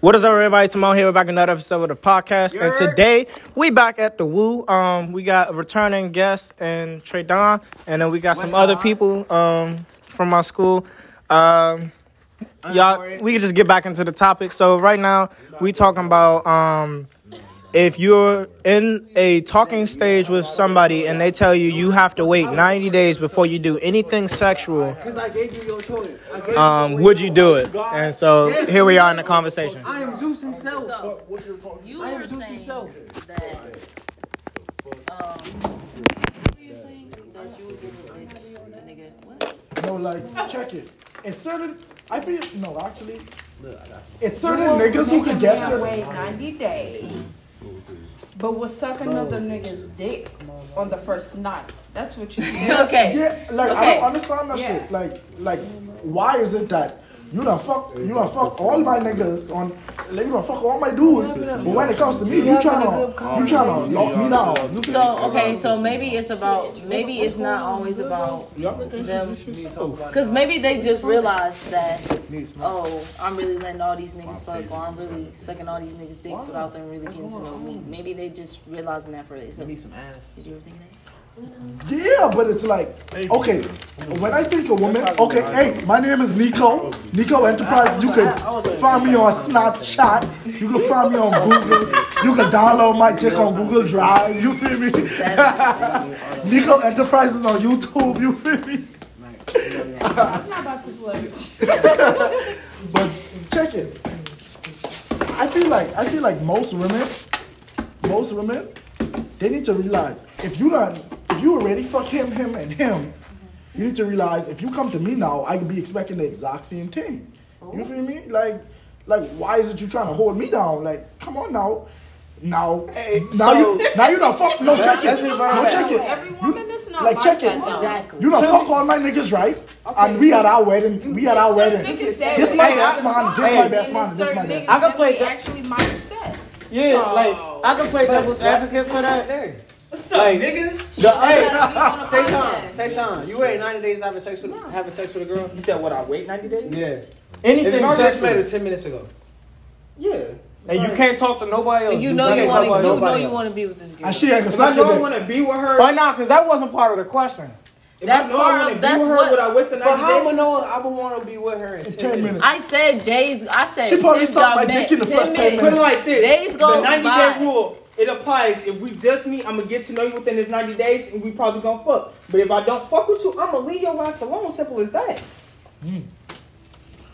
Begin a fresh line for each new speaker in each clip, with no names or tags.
What is up, everybody? Timon here. We're back another episode of the podcast, and
Yerp.
today we back at the Woo. Um, we got a returning guest and Trey Don, and then we got some
What's
other
up?
people um from my school. Um, y'all,
Unemployed.
we can just get back into the topic. So right now we talking about um if you're in a talking stage with somebody and they tell you you have to wait 90 days before you do anything sexual
Because I gave you your choice. I, gave
um, would you do it and so here we are in the conversation
I am Zeus himself.
So you
I am
were
Zeus
saying
himself.
that um, you were saying that you would give a bitch a nigga what?
No, like, check it. It's certain. I feel no, actually. It's certain niggas who can get
Nigga
certain.
wait 90 days, but will suck
Oh,
another nigga's dick on the first night. That's what you do.
Okay.
Yeah, like I
Okay.
don't understand that
Yeah.
shit. Like, like, why is it that you don't fuck, you don't fuck all my niggas on, like, you don't fuck all my dudes, but when it comes to me, you tryna, you tryna knock me down. You feel
So Oh, okay, so maybe it's about maybe it's not always about them, because maybe they just realized that oh I'm really letting all these niggas fuck or I'm really sucking all these niggas dicks without them really getting to know me. Maybe they just realizing that for themselves. Need some ass. Did you ever think of that?
Yeah, but it's like, okay, when I think a woman, okay, hey, my name is Nico, Nico Enterprises. You can find me on Snapchat, you can find me on Google, you can download my dick on Google Drive, you feel me? Nico Enterprises on YouTube, you feel me?
I'm not about to play.
But check it. I feel like I feel like most women, most women, they need to realize if you not if you already fuck him, him, and him, you need to realize if you come to me now, I could be expecting the exact same thing. You feel me? Like, like why is it you trying to hold me down? Like, come on now. Now, now you now you don't fuck no check it. No check it.
Every woman is not
Like,
like,
check
that,
it.
though.
Exactly.
You don't fuck all my niggas, right? And we at our wedding. We at our
Certain
wedding.
niggas that
This
way
my
all
best
the
man.
time,
This my
and
best man. This
then
my best.
certain niggas
I can
that
play
we
that-
actually my sex.
Yeah,
Oh.
So-
like I can play devil's advocate for that. Like,
niggas?
The, hey,
Gotta be on a
Tayshawn,
podcast.
Tayshawn, you waited 90 days having sex with having sex with a girl?
you said what? I wait ninety days?
Yeah.
If
Anything
you just
sexual.
made it 10 minutes ago.
Yeah. And you can't talk to nobody
Oh,
else.
You know
can't
you
talk
want
about
to. You know
nobody
you
else.
want to be with this girl.
And she ain't gonna
If I
suck
know I
your dick.
want to be with her,
Why not? Because that wasn't part of the question.
if
That's
I know
part
I wanna
of-
be
that's
with her,
what-
would I wait the 90
But how
days?
am I
know I would want to be with her in
In 10 minutes.
I said days. I said
She probably
since
sucked
I
my
met,
dick in the
10
first 10
minutes.
minutes.
Put it like this.
Days go
the 90
by.
day rule, it applies. If we just meet, I'm going to get to know you within this 90 days and we probably going to fuck. But if I don't fuck with you, I'm going to leave your ass alone. Simple as that.
Hmm.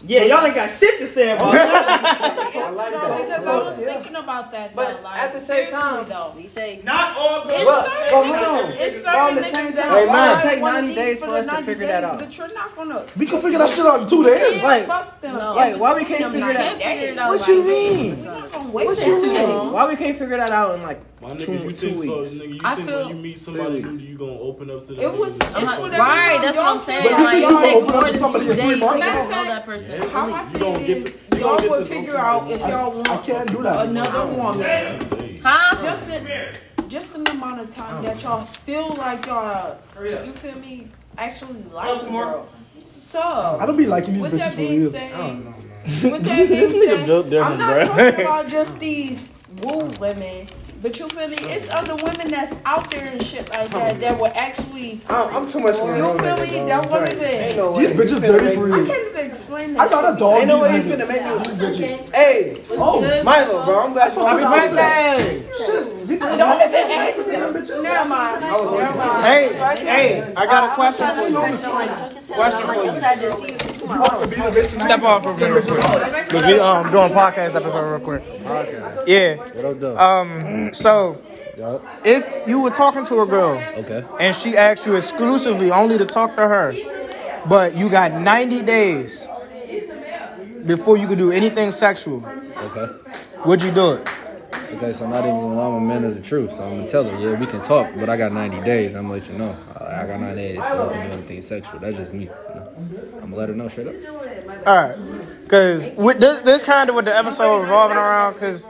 Yeah, y'all ain't got shit to say about that.
No, because I was thinking about that.
But
though, like,
at the same
seriously,
time-
though.
We say
Not all
It's
girls.
certain
but
niggas-
hold on.
It's
But on
certain
the
niggas
same
that
time,
you
why
wanna
take
wanna
90
leave
days for us to
90
figure that out?
But you're not gonna.
We can figure that shit out in two days.
Right. Fuck them.
No.
Like, why we can't
Them
figure it
90
out?
days.
What you mean?
We're not gonna wait
What
that
you
two
mean?
days.
Why we can't figure that out in like
My
two-
nigga, you
two
think so?
weeks.
Nigga, you
I
think
feel-
when you meet somebody new, you gonna open up to them?
It was
niggas?
it's whatever.
Right,
time
that's what I'm
y'all
saying.
feel
But
like
Like,
you
it
can
y'all
takes
open up
more
to
than
somebody
two
in three
days to
months.
get to know that person.
How I see
You don't
it
get
is,
to- you don't
y'all
get
will
to
figure
know
out if
somebody.
y'all
I
want
can't do that.
another woman.
Two days.
Huh?
Just in, just an amount of time that y'all feel like y'all, you feel me, actually like the girl.
I
So,
don't be liking these
with
bitches
that
for
being
real.
said, with that being said, I'm not talking about just these woo women, but you feel me? It's other women that's out there and shit like that that will actually, you
I'm, I'm too much of a real
feel me?
nigga, bro.
That woman,
Ain't
been-
no way.
These bitches dirty for
I
real.
can't even explain that.
I got a
shit.
dog.
Ain't no way
these
you finna
niggas.
make me
These
bitches.
Hey,
Oh,
Milo, bro, I'm glad you
Happy
brought it up.
Hey,
Don't even ask them.
them bitches.
Never mind. Never mind.
hey hey i got a question for you
Question for you.
Step off for me real quick. Cause we um doing podcast episode real quick. Yeah.
Uh,
Um. So, if you were talking to a girl, okay, and she asked you exclusively only to talk to her, but you got ninety days before you could do anything sexual,
Okay.
would you do it?
Okay, so I'm not even I'm a man of the truth, so I'm gonna tell her, yeah, we can talk, but I got 90 days. I'm gonna let you know. Uh, I, I got 90 days. I don't do anything sexual. That's just me. You know? I'm gonna let her know straight up.
All right. Cause with this, this kind of what the episode revolving around. Cause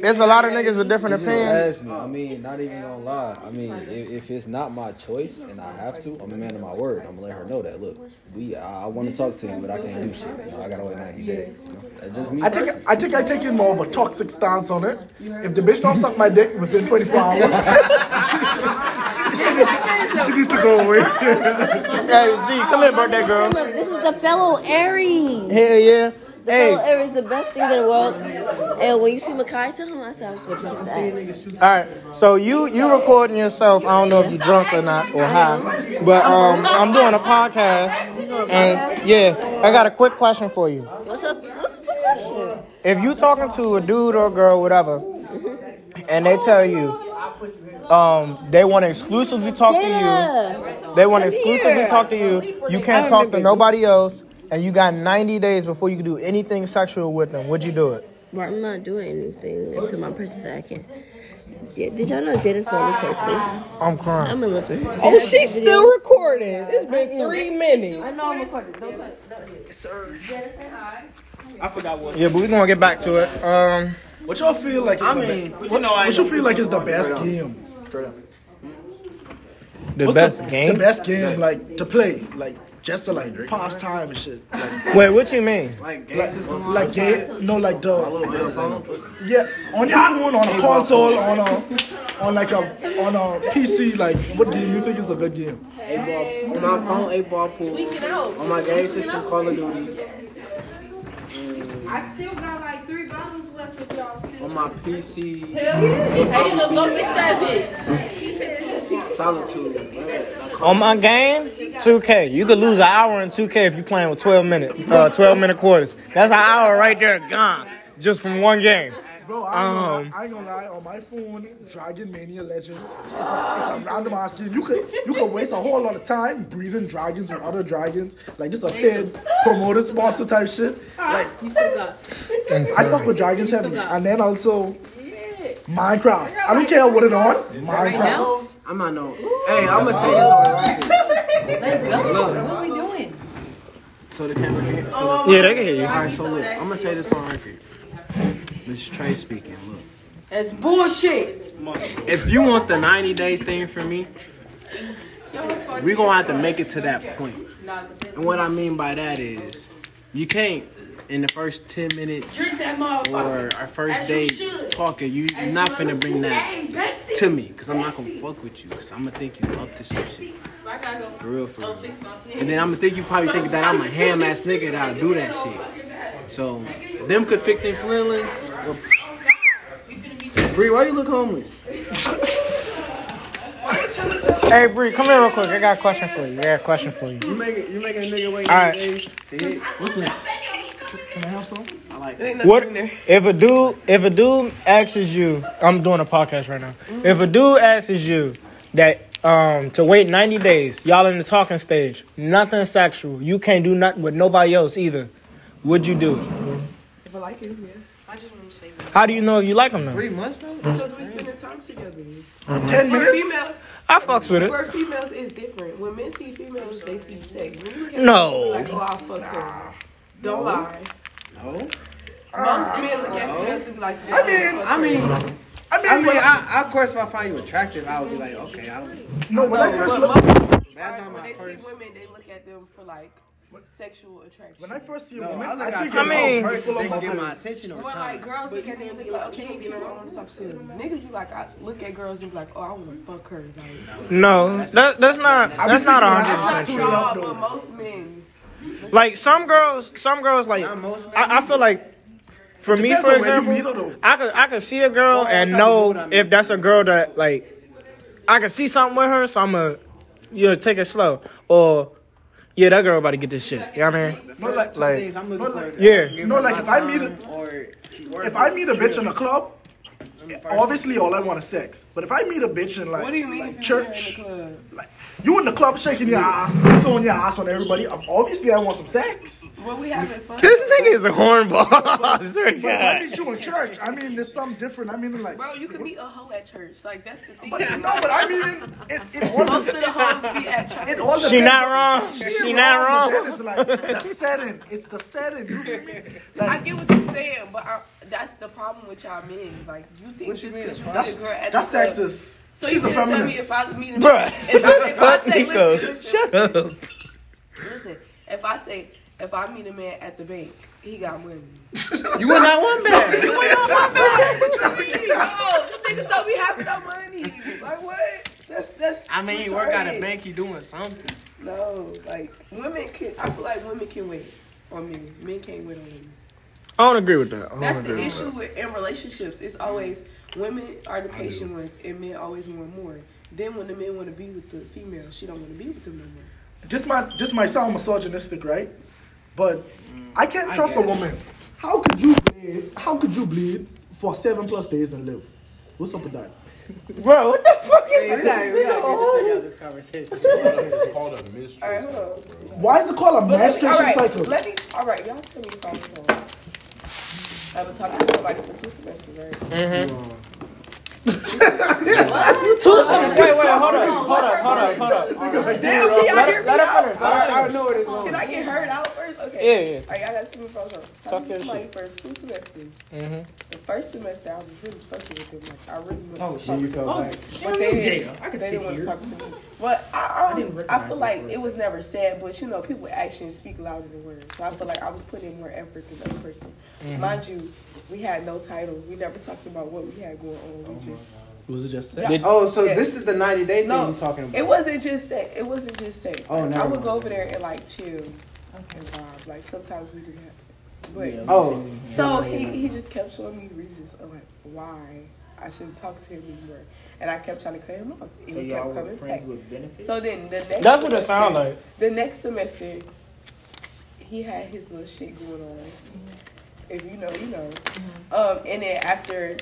It's a lot of niggas with different
You just
opinions.
asked me. I mean, not even gonna lie. I mean, if, if it's not my choice and I have to, I'm a man of my word. I'm gonna let her know that. Look, we I, I want to talk to you, but I can't do shit. You know, I gotta wait 90 days. You know, that's just me.
I think
personally.
I think I take in more of a toxic stance on it. If the bitch don't suck my dick within 24 hours, she needs to go away.
Hey, Z, come here, birthday girl.
Remember, This is the fellow Aries.
Hell yeah.
The fellow
Hey,
Aries, the best thing in the world. And when you see Makai, tell him I said I was gonna kiss his ass.
all right. So you you recording yourself? I don't know if you drunk or not or high, but um, I'm doing a podcast, and yeah, I got a quick question for you.
What's up? What's the question?
If you talking to a dude or a girl, whatever, and they tell you, um, they want to exclusively talk to
Jada.
you, they want to
Come
exclusively
here.
talk to you. You can't talk to nobody else, and you got 90 days before you can do anything sexual with them. Would you do it?
Well, I'm not doing anything until my person said I can. Yeah, did y'all know Jada's my new person?
I'm crying.
I'm in love with her.
Oh, she's still recording. It's been three minutes.
I know I'm recording. Don't touch.
I forgot what.
Yeah, but we're gonna get back to it. Um,
What y'all feel like? Is
I
the
mean,
be-
you know, I
what
know
you feel like is the best game?
the
What's
best
The
game.
best game, like to play, like just to like pass time and shit. Like,
Wait, what you mean?
like, like game, no, like the yeah, on your phone, on a console, on a on like a on a PC. Like, what game you think is a good game?
Eight ball on my phone, eight ball pool.
Get out.
On my game system, Call of Duty.
I still got like three bottles left with y'all.
On my PC.
Hey, look, go get that bitch.
Solitude.
On my game, 2K. You could lose an hour in 2K if you playing with 12 minute, uh, 12 minute quarters. That's an hour right there gone, just from one game.
Bro, I
Um.
ain't, gonna, I ain't gonna lie. On my phone, Dragon Mania Legends. It's a, it's a random ass game. You could you could waste a whole lot of time breeding dragons with other dragons. Like just a paid promoted sponsor type shit.
Ah, You still got.
I fuck with dragons heavy, and then also Minecraft. I don't care what it on. Minecraft.
I'm not knowing. Hey, I'm gonna say this on the record.
Let's go. What we doing?
So the camera can't. So the, all
Yeah, they can hear you.
right, so look, I'm gonna say this on record. This is Trey speaking. Look.
That's bullshit.
If you want the 90 days thing from me, we're gonna have to make it to that point. And what I mean by that is, you can't in the first 10 minutes
Drink that motherfucker.
or our first
As you
date
should.
talking, you, you're not finna bring that
Hey, bestie.
to me because I'm not gonna fuck with you because I'm gonna think you up to some shit.
I gotta go.
For real, for real.
fix my pants.
And then I'm gonna think you probably think that I'm a ham ass nigga that'll do that shit. So, them conflicting feelings. uh, Bree, why you look homeless?
Hey, Bree, come here real quick. I got a question for you. I got a question for you.
You making you making a nigga wait
All right.
days to hit? What's this?
Can I have some?
I like it.
What if a dude if a dude asks you? I'm doing a podcast right now. If a dude asks you that um to wait 90 days, y'all in the talking stage, nothing sexual, you can't do nothing with nobody else either. Would you do it?
If I like you, yeah.
How do you know if you like them though?
Three months though?
Because we spending time together.
Ten
For
minutes.
females,
I fucks with it.
for females, it's different. When men see females, they see sex. When you look at
No.
them, like, oh, I fuck her. Don't lie.
No.
Most men look at females and be like,
I mean, I mean,
I mean,
I mean,
when I,
I, I, of course, if I find you attractive, I would be like, okay, I don't.
no, when I first look,
That's not
when
my
they
first.
see women, they look at them for like sexual attraction.
when I first see a
No,
woman,
I look
I
at
think
I mean-
I'm full
They
of
can get my
my
attention on
Well, like
time.
girls look at niggas and be like, okay, you know, I want to talk to you. Niggas be like, I look at girls and be like, oh, I want to fuck her. Like,
No, that, that's not that's not hundred
I'm
percent
like,
true.
no, but most men.
Like some girls, some girls like I, I feel like for me,
Depends
for
on where you
example,
meet her, though.
I could I could see a girl and know if that's a girl that like I could see something with her, so I'm gonna you know take it slow or yeah that girl about to get this shit. You know what I mean?
No, like,
Two things I'm looking
like-
for.
Yeah,
no, like if I meet a,
Or she works
if I meet a bitch in a club, obviously all I want is sex. But if I meet a bitch in like,
What do you mean?
like
if you're in the
church,
club?
like you in the club shaking your ass, throwing your ass on everybody, obviously I want some sex.
Well, we having fun.
this nigga is a hornball. I swear to
But if I
God.
meet you in church, I mean there's something different. I mean like,
Bro, you could be a hoe at church. Like, that's the thing.
no, but I mean in, in, in all
Most
the,
of the hoes be at church.
in all the
She
things-
not wrong. She not
But
wrong.
then It's like the setting. It's the setting. You feel me?
I get what you're saying, but I y'all. That's the problem with y'all men. Like you think
What
just
you mean?
because you
That's-
meet a girl at
that's
the club-
sexist.
So
She's
you
a
gonna tell me
feminist.
if I meet a
Bruh.
If, I- if I say,
Nico,
listen, listen,
shut
listen, Listen, if I say if I meet a man at the bank, he got money.
You went not one man.
You ain't on my back. What you mean? No, niggas don't be having no money. Like what? That's that's.
I mean, you work at a
retarded.
bank, you doing something.
No, like women can. I feel like women can wait on men. Men can't wait on women.
I don't agree with that. Oh, I don't
That's
agree
the
with
issue
that. Mm-hmm.
with, in relationships. It's always women are the patient ones, and men always want more. Then when the men want to be with the female, she don't want to be with them no more.
This might this might sound misogynistic, right? But I can't
Mm, I
trust a
guess.
woman. How could you bleed? How could you bleed for seven plus days and live? What's up with that?
Bro, what the fuck
Hey, we're not- we're not getting this out of this conversation.
It's called a mystery.
All right, hold on.
Why is it called a
But let me-
menstruation
all right,
cycle?
Let me. All right, y'all tell me if I'm wrong. I've been talking to somebody for two semesters, right?
Mm-hmm. Two seconds. Wait, wait, hold up, hold up, hold up, hold up.
Damn, can y'all hear me?
Let her
out?
finish. Let her finish.
Can I get heard out first? Okay.
Yeah, yeah.
All right, y'all got to me phone
Talk
Talking
your
to somebody for two semesters.
Mhm.
The first semester, I was really fucking with them. Like, I really wanted
Oh,
to
so
talk
you
to
felt
them.
like-
But
Damn,
they,
Jada, I can
they
sit
didn't want to
here.
talk to me. But I, I,
didn't
don't, I,
recognize
feel
her
like
for a
it was never said, but you know, people actions speak louder than words. So I feel like I was putting in more effort than the other person.
Mhm.
Mind you, we had no title. We never talked about what we had going on. We just
Was it just
sex?
Oh, so
Yeah.
this is the 90 day thing
No,
you're talking about.
It wasn't just sex. It wasn't just sex.
Oh,
Like,
never
I would
mind.
go over there and like chill and vibe. Like sometimes we didn't have sex. But
Yeah, Oh.
so
yeah,
he,
yeah.
he just kept showing me reasons of like why I should talk to him more, and I kept trying to cut him off. And
So
he
y'all
kept
were
coming
friends
back.
with benefits?
So then the next
That's what it sound
semester-
like.
The next semester, he had his little shit going on.
Mm-hmm.
If you know, you know. Um, and then after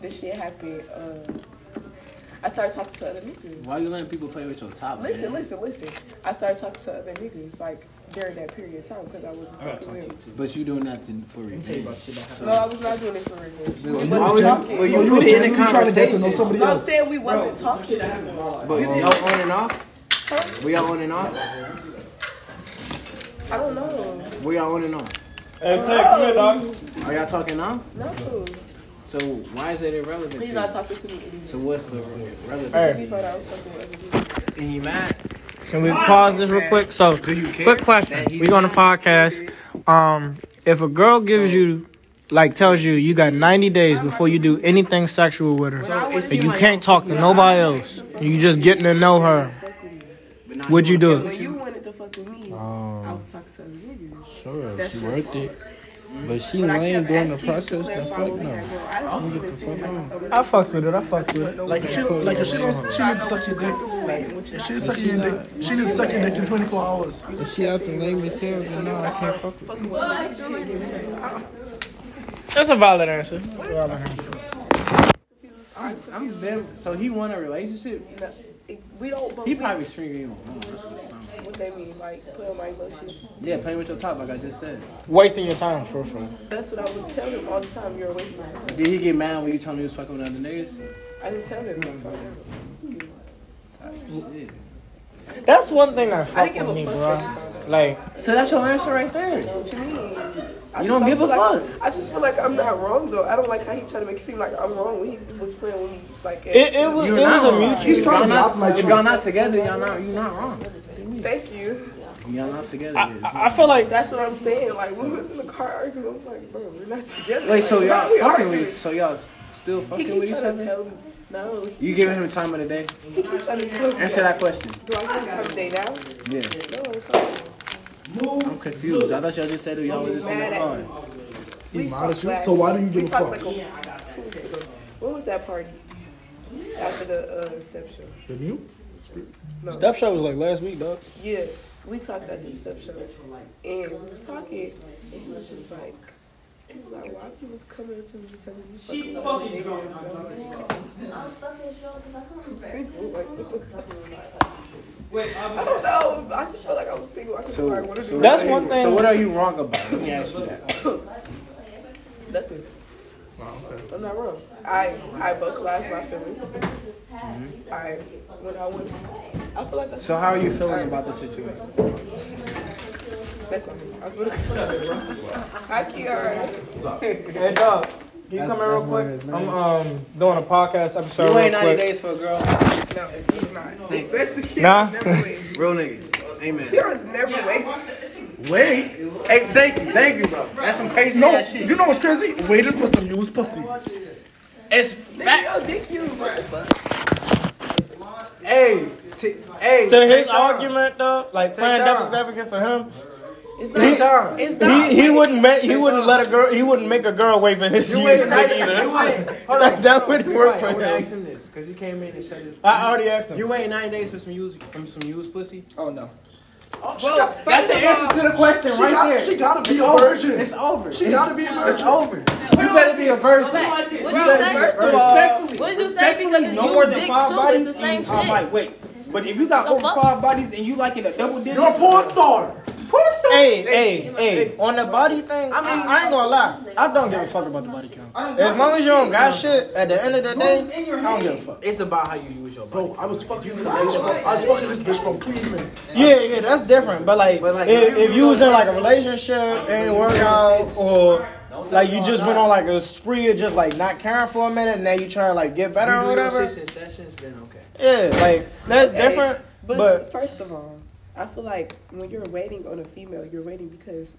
the shit happened, uh, I started talking to other niggas.
Why you letting people play with your top?
Listen,
man?
listen, listen. I started talking to other niggas like during that period of time because I wasn't
I gotta
fucking with.
But you doing that to, for revenge.
tell you about shit that
So-
No, I was not doing it for revenge.
Well,
We
you
wasn't
was-
talking.
well, you was in a conversation.
No, I'm saying we wasn't talking.
But y'all on and off? Were y'all on and off?
I don't know.
Were y'all on and off?
Hey,
Tech, come here, dog.
Are y'all talking now?
No.
So why is it irrelevant?
He's
to
not
you?
talking to me anymore.
So what's the
Hey.
relevance?
He thought I was fucking with other niggas.
And you mad?
Can we pause this real quick? So, quick question. We on a podcast. Um, if a girl gives you, like, tells you you got 90 days before you do anything sexual with her, and you can't talk to nobody else, and you just getting to know her, would you do
When
it?
you wanted to fuck with me, I was talking to other niggas.
Sure,
That's
she
your
worth
fault.
it. But she
But I
lame
kept
during
asking
the
you to
process, then
clarify
fuck
what we had
no.
going on. I don't
I'm
even
get the
see
fuck
like
on.
a
I fucks with it. I fucks with it.
Like if she, like if she don't, she needs such a dick. Like if she's sucking your dick, she needs sucking dick in 24 hours.
But she out the lame as hell, then no, I can't fuck with her.
That's a valid answer.
I'm, I'm them. So he won a relationship.
We don't. but
He
we-
probably stringing you along. That's what it sound like.
What they mean, like put on my emotions.
Yeah, playing with your top like I just said.
Wasting your time, for sure.
That's what I would tell him all the time. You're a waste of time.
Did he get mad when you told him he was fucking with other niggas?
I didn't tell him.
Shit.
That's one thing that
I didn't
fuck
give
with
a
me,
fuck
bro. Like,
So that's your answer right there.
What you mean? I
You
just
don't give a
feel like-
fuck.
I just feel like I'm not wrong though. I don't like how he tried to make it seem like I'm wrong when he was playing with me. Like
It- it was-
You're
it was
not
a
wrong.
mutual-
If
He's trying
y'all
to
not-
gaslight
If
you.
y'all not together, y'all not you're not wrong.
Thank you.
Y'all not together. it's
I feel like
That's what I'm saying. Like we was in the car arguing. I'm like, bro, we're not together.
Wait, so
Like,
y'all
why we
fucking
arguing?
with, so y'all s- still
He
fucking
keep
with each
trying to
other?
tell me. No. He
You giving him time of the day?
keep trying to tell me.
Answer that question.
Do I give him time today now?
Yeah.
No, it's not.
I'm confused. I thought y'all just said that y'all was just in the car.
We
mad
talked
at you?
last-
So why do you
we
give a
talked
fuck?
Like a, two weeks ago. What was that party? After the uh, step show.
The new?
No.
Step show was like last week, dog.
Yeah, we talked after the step show, and we was talking, and he was just like, he was like, why you was coming up to me telling me you fucking love me?" And I was like, Single, like what the fuck? Wait, I don't know. I just felt like I was single. I could so,
So,
whatever.
so
That's
what are
one
you-
thing-
So what are you wrong about? Let me ask you that.
Nothing.
Oh,
I'm not wrong. I I vocalized my feelings. I when I went, I feel like I
So how are you feeling about the situation?
That's my name. I swear to God. I keep her.
Hey, dog. Can you come here real quick? I'm um doing a podcast episode.
You ain't
real
90
quick.
days for a girl.
No, it's not. Especially kids.
Nah.
Never wait.
Real nigga. Amen.
Kira's never late.
Wait. Hey, thank you. Thank you, bro. That's some crazy
No,
ass shit.
you know what's crazy? Waiting for some used pussy.
It's
Nigga, yo, dick you, bro.
Hey. T- hey.
To his
Tayshaun.
argument, though, like playing
Tayshaun.
devil's advocate for him,
It's
He-
Tayshaun.
It's not.
he, he wouldn't make he wouldn't let a girl he wouldn't make a girl wait for his
You
used dick
ain't like-
either.
you ain't- Hold
That-
on.
that wouldn't
You're
work
right.
for
I would
him.
ask him this because he came in and said this.
I already asked him.
You ain't 90 days for some used from some used pussy.
Oh no.
Well,
That's the answer to the question
She
right
got-
there.
she gotta be
It's
a
over.
virgin.
It's over.
She
It's-
gotta be a
It's
virgin.
over. You better be a virgin.
What did you
Bro,
say?
first
First
of
of all,
respectfully,
what did you say?
respectfully,
Because it's
no
you
more than
dick
five
too,
bodies.
it's the same
and- I'm
shit.
like, wait. But if you got
The
over
fuck?
five bodies and you like in a double digit,
You're a porn star.
porn star.
Hey, hey, hey! On the body thing, I mean, I ain't gonna lie, I don't give a fuck about the body count.
I don't
As
give
long
a
as you don't
shit,
got
bro.
shit, at the end of the
Who's
day,
in your
I don't give a
head?
fuck.
It's about how you use your body.
Bro, I was fucking this bitch. From, I was fucking this bitch from Cleveland.
Yeah, yeah, that's different. But like,
But, like,
if,
if
if
you
you was in
don't-
like a relationship and work out, or like you just went on like a spree of just like not caring for a minute, and now you trying to like get better or
you do your
whatever.
shits in sessions, then okay.
Yeah, like that's different.
But,
But
first of all, I feel like when you're waiting on a female, you're waiting because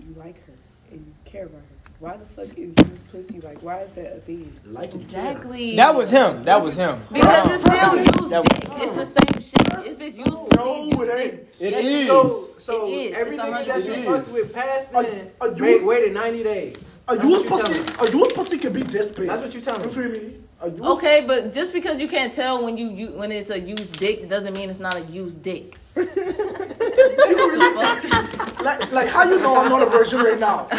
you like her and you care about her. Why the fuck is used pussy like? Why is that a thing?
Like it.
Exactly.
that was him. That was him.
because it's still used
That
dick. It's the same shit. If it's used,
No,
no,
it
it's
ain't.
used dick.
It
Yes,
is.
So, so
It is. It's
everything
a
that
hundred
you
percent.
fucked with past
Are-
then,
are you-
wait, waited 90 days.
A
That's what
used
you
pussy.
telling me.
A used pussy can be this big.
That's what you telling
You
me.
feel me? A used
Okay, but just because you can't tell when you, you when it's a used dick doesn't mean it's not a used dick.
Like, like how you know I'm not a virgin right now?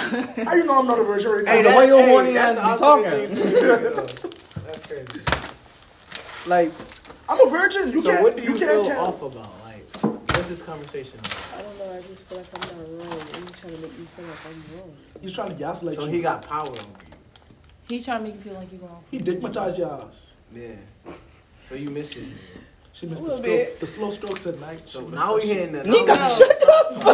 How you know I'm not a virgin right now?
Hey, the way you're wanting
that's
us
the
to be
ultimate
talking.
thing for you, though. That's crazy. Like,
I'm a virgin. You
so
can't.
what do
you
you
can't
feel
tell.
off about? Like, what's this conversation? About?
I don't know. I just feel like I'm not wrong. And you trying to make me feel like I'm wrong.
He's trying to gaslight
So
you.
he got power over you.
He trying to make you feel like you're wrong.
He digmatized your ass.
Yeah. So you missed it.
She missed
A
the
little
strokes. The slow strokes at night.
So
She missed
now
that
we
shit.
hitting the.
Sometimes,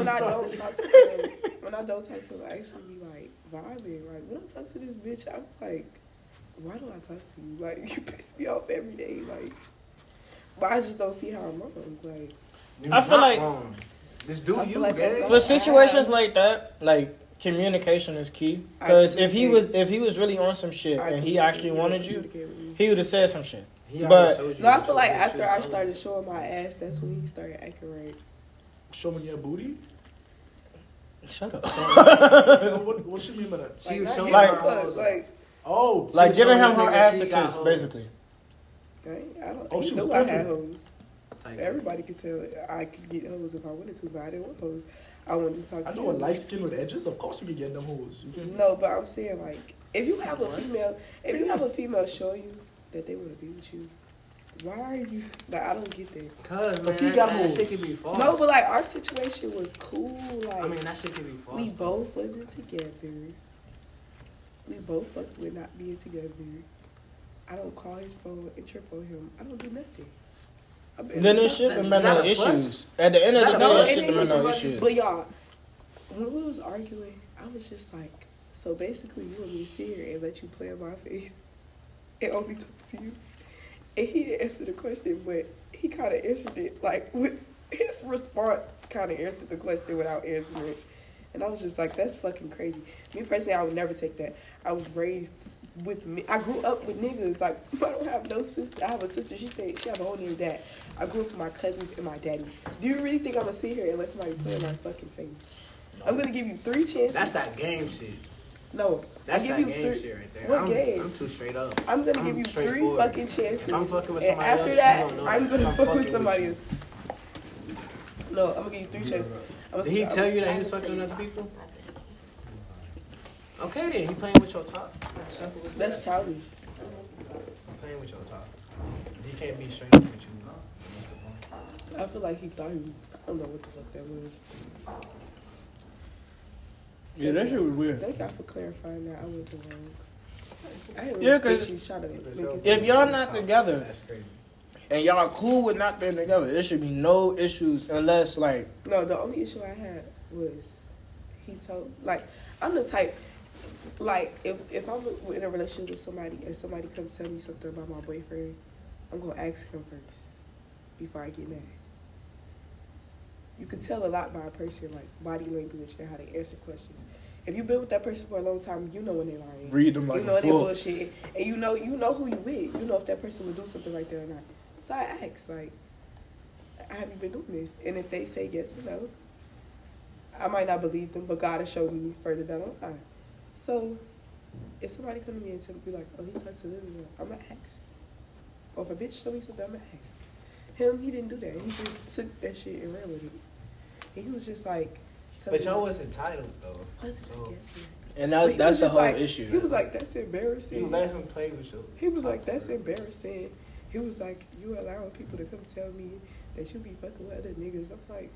like, when I don't talk to him, when I don't talk to him, I actually be like vibing. Like when I talk to this bitch, I'm like, why do I talk to you? Like you piss me off every day. Like, but I just don't see how I'm wrong. Like
You're
I feel
not
like-
wrong. Just
I
do
feel
you,
like
man.
that's-
For situations like that, like communication is key. Because if he was if he was really on some shit
I
and he
communicate
actually
with
wanted
him,
you,
communicate with him.
he would have said some shit.
He already
but-
showed you
No, I
the
feel like
truth.
after I started showing my ass, that's when he started acting right.
Showing your booty?
Shut up.
what, what she mean by that?
She was
not giving
showing
like-
a
her hoes
fuck, like
Oh,
Like
showing
giving him
this
her
nigga
ass
she
to
got
kiss,
hoes.
basically.
I I don't.
Oh,
you
she was
know I had
different.
hoes.
type.
Everybody could tell I could get hoes if I wanted to, but I didn't want hoes. I wanted to talk
I
to
know
you.
a light skin with edges. Of course you can get them hoes. You feel me?
No, but I'm saying like if you have a female, if you have a female show you that they want to be with you, why are you like I don't get that.
Cause man,
But he
that,
got
that shit
hoes.
could be false.
No, but like our situation was cool. Like
I mean, that shit could be false.
we both wasn't together. We both fucked with not being together. I don't call his phone and trip on him. I don't do nothing. I barely
Then it
talk to
should have
him.
Is
been
that
no
a
issues.
plus?
At the end of
Is
the
that a
day, it should
plus?
have
It
been no
is.
issues.
But y'all, when we was arguing, I was just like, so basically, you want me to sit here and let you play in my face and only talk to you? And he didn't answer the question, but he kind of answered it. Like, with his response, kind of answered the question without answering it. And I was just like, that's fucking crazy. Me personally, I would never take that. I was raised with me. I grew up with niggas. Like, I don't have no sister. I have a sister. She stayed, she have a whole new dad. I grew up with my cousins and my daddy. Do you really think I'm gonna sit here and let somebody play in my fucking face? I'm gonna give you three chances.
That's that game shit.
no.
That's
I
that
give you
game
three.
shit right there.
What
I'm,
game?
I'm too straight up.
I'm gonna
I'm
give you three
straightforward.
fucking chances.
If I'm fucking with
and
somebody
after
else, you
that,
don't know
I'm
that.
gonna
I'm
fuck
fucking
with
with
somebody
you.
else. No, I'm gonna give you three chances. I'm
Did he
I'm-
tell you that he was fucking with other people? Okay then, he playing with your top. Simple as
That's childish.
that. playing with your top. He can't be straight up with you. That's the point.
I feel like he thought he. Was, I don't know what the fuck that was.
Yeah, that shit was weird.
Thank y'all for clarifying that. I wasn't wrong. I
Yeah,
hate
'cause
when bitches try to make it
If y'all not together, and y'all cool with not being together. There should be no issues unless like
No, the only issue I had was he told like I'm the type like if if I'm in a relationship with somebody and somebody comes tell me something about my boyfriend, I'm gonna ask him first before I get mad. You can tell a lot by a person, like body language and how they answer questions. If you've been with that person for a long time, you know when they lying.
Read them like
you know
a
they
book.
bullshit, and you know you know who you with. You know if that person would do something like that or not. So I ask like, have you been doing this? And if they say yes or no, I might not believe them, but God will show me further down the line. So if somebody come to me and tell me be like, oh he talked to them, I'm gonna ask. Or if a bitch show me something, I'm gonna ask. Him, he didn't do that. He just took that shit and ran with it. And he was just like,
But
telling
y'all
me-
was entitled though.
Wasn't
so-
And that's-
But he
that's
was
the
just
whole
like-
issue.
He was like, that's embarrassing.
You let him play with you.
He was like, that's embarrassing. He was like, you allowing people to come tell me that you be fucking with other niggas. I'm like,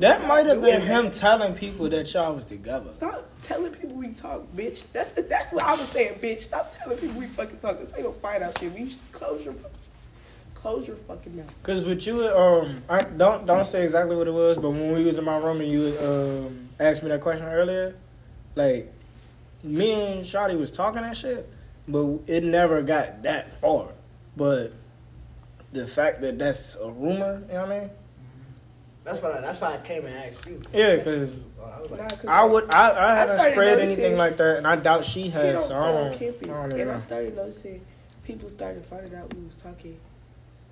That might have been
Doing
him telling people that y'all was together.
Stop telling people we talk, bitch. That's the, that's what I was saying, bitch. Stop telling people we fucking talk. This ain't gonna find out shit. We should close your, close your fucking mouth.
Cause with you, um, I don't don't say exactly what it was, but when we was in my room and you um asked me that question earlier, like me and Shotty was talking that shit, but it never got that far. But the fact that that's a rumor, you know what I mean?
That's why. That's why I came and asked you.
Yeah, because
I was
Nah,
like,
'cause
I would I I
I
haven't
started
spread
noticing-
anything like that, and I doubt she
He
has.
don't
So I
stay
don't,
on
I
campus.
don't really
and I
know.
started noticing people started finding out we was talking.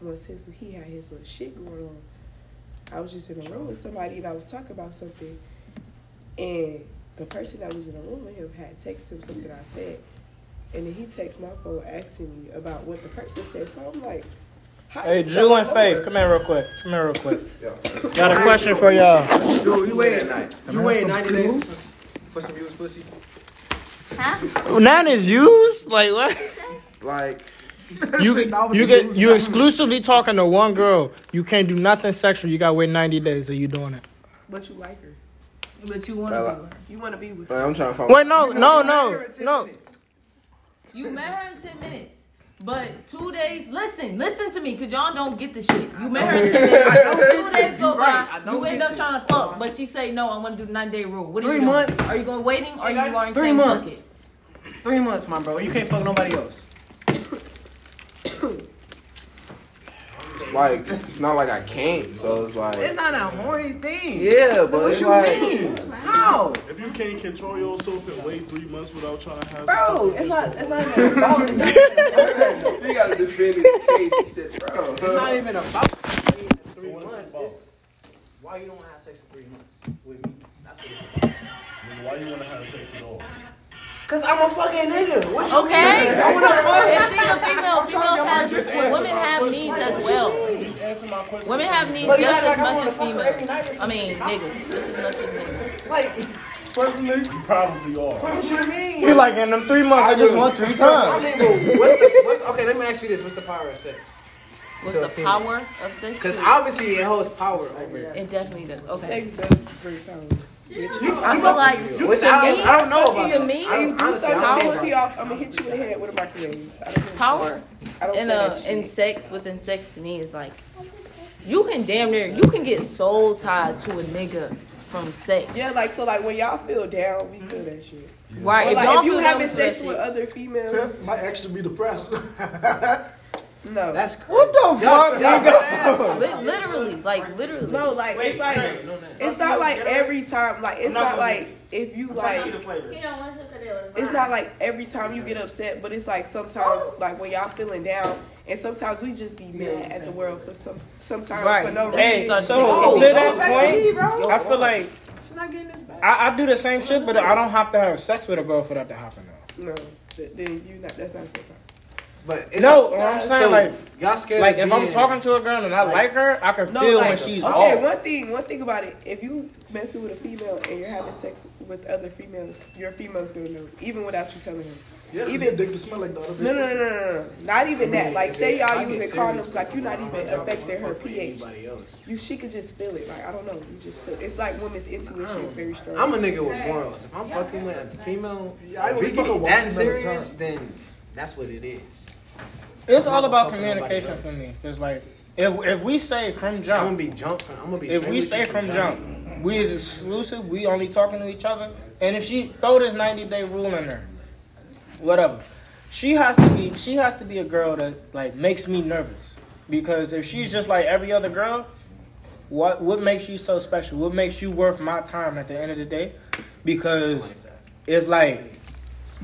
Well, since he had his little shit going on, I was just in a room with somebody and I was talking about something, and the person that was in the room with him had texted him something I said, and then he texted my phone asking me about what the person said. So I'm like, how
Hey,
you
Drew and
know?
Faith, come here real quick. Come here real quick. Got a question for y'all.
Dude, you waited night. You waited
some
90 days for some used pussy.
Nine is used? Like what?
Like
You you get you exclusively talking to one girl. You can't do nothing sexual. You gotta wait ninety days. Are you doing it?
But you like her.
But you want
Bye-bye.
to
You want to be with
I'm trying to find.
Wait, no, no, no, no.
You met her in 10 minutes. But two days, listen, listen to me, cause y'all don't get the shit. You met her in ten minutes. Two days go by, you end up trying to fuck, but she say no. I want to do nine day rule. What are
Three
you doing?
months.
Are you going waiting? Or are you going
Three
saying fuck
months. Three months, my bro. You can't fuck nobody else.
It's like it's not like I can't, so it's like.
It's not a horny thing.
Yeah, but
what
it's
you
like-
mean? How?
If you can't control yourself and wait three months without trying to have
Bro,
some
it's
pussy,
not. It's not even about. It's not even about.
You gotta defend his case. He said, bro.
It's not even about. Three months. It's- Why you don't have sex for three months with me? That's what it is.
nigga, why you want to have sex at all?
Cause I'm a fucking nigga. What you
Okay.
mean? I wanna fuck.
And see, the female-
I'm trying to
females
get my
have-
dick
women
wet.
have needs as well.
Just answer my question.
Women have needs
But
just
you act
as
like I
much
wanna
as
fuck her every night or
females. I
something.
mean, niggas, just as much as niggas.
Like, personally,
You probably are.
what you mean?
We like in them three months. I just want three times.
I mean, but what's the, what's, okay, let me ask you this. What's the power of sex?
What's
To a
the
female?
power of sex?
Because obviously it holds power over it.
It definitely does. Okay.
Sex does bring power.
I feel like
Which I don't, I don't know about.
to me,
I don't,
Do
honestly, I don't
something
know
piss
about
me off. I'm gonna hit you in the head with a microwave. I don't give a
power
I don't
in
play
a
that shit.
in sex within sex to me is like you can damn near you can get soul tied to a nigga from sex.
Yeah, like so, like when y'all feel down, we feel that shit.
Right.
Or,
If,
like,
y'all
if you
feel
having
that
sex
shit-
with other females,
My ex should be depressed.
no,
That's crazy.
What the fuck, nigga?
Li- literally, like literally.
no, like it's like it's not like every time. Like it's not like if you like it's not like every time you get upset, but it's like sometimes like when y'all feeling down, and sometimes we just be mad at the world for some sometimes for
Right.
no
Hey,
reason.
so to that point, I feel like
You're not getting this back.
I, I do the same shit, but I don't have to have sex with a girl for that to happen. Though.
No, th- then you not. That's not sometimes.
But it's
No, what I'm saying
so,
like
y'all scared.
like
of
if I'm
being-
talking to a girl and I
Like-
like her, I can
No,
feel
like,
when she's
Oh.
okay.
off.
One thing, one thing about it: if you messing with a female and you're having sex with other females, your female's gonna know, even without you telling him.
Yeah, even
Even-
dick to smell like the other
No,
bitch.
no, no, no, no, no. Not even that. Like, say
I
y'all
get
using
serious with
condoms, like you're not
someone,
even
I'm not gonna
affecting her
fuck with
pH.
anybody else.
You, she could just feel it. Like I don't know. You just feel. It's like women's intuition is very strong.
I'm a nigga with morals. If I'm fucking with a female,
Yeah, I
if
only
we
fuck
get
with
that
one female at a
serious,
time.
then that's what it is.
It's all about communication for me. It's like if if we say from jump, I'm gonna
be jump. I'm gonna be.
If we say from jump, we is exclusive. We only talking to each other. And if she throw this ninety day rule in there, whatever, she has to be. She has to be a girl that like makes me nervous because if she's just like every other girl, what what makes you so special? What makes you worth my time at the end of the day? Because it's like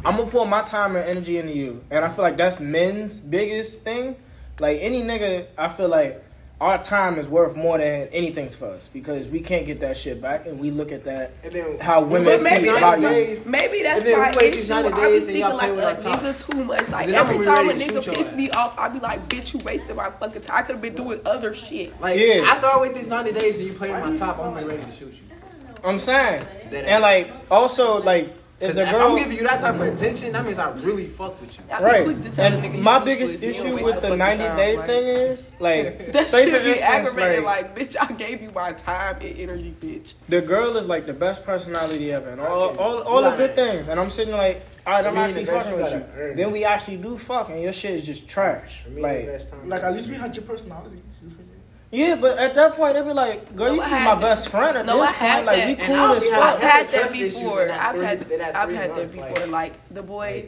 I'm gonna pour my time and energy into you, and I feel like that's men's biggest thing. Like any nigga, I feel like our time is worth more than anything's for us because we can't get that shit back, and we look at that
And then-
how
But
women
maybe
see
that's
how
my-
you.
Maybe that's
And then
my
we wait these
issue.
90
I be
days and
thinking
y'all
like
play
a
with our top.
nigga too much. Like
Then I'ma
every
be
time a
ready to
nigga
shoot your
piss me off, I be like, "Bitch, you wasted my fucking time. I could have been doing other shit."
Like, Yeah.
After I wait these 90 days and you play my top, I'm gonna be ready to shoot you.
I'm saying, and like also like if
Because
the
if
girl
I'm giving you that type of attention, that means I really fuck with you.
Right. And my biggest issue with the 90 day thing is, like,
that
say
shit
for
be
instance,
aggravating.
like,
Like, bitch, I gave you my time and energy, bitch.
the girl is like the best personality ever, and all, all, all the good things. And I'm sitting like, all right, I'm
Me and
actually
the best
fucking
you
with
gotta
you.
earn
Then we actually do fuck, and your shit is just trash. Like,
Like at least we had your personality. You feel me?
yeah, but at that point, they'd be like, girl, you be my best friend at
No,
this
I had
point. Like,
that.
we
And
cool
I've,
as fuck.
I've had that
Trust issues in
before.
that
I've
three-
had
in that
I've
three
had that
months,
before. Like, the boy,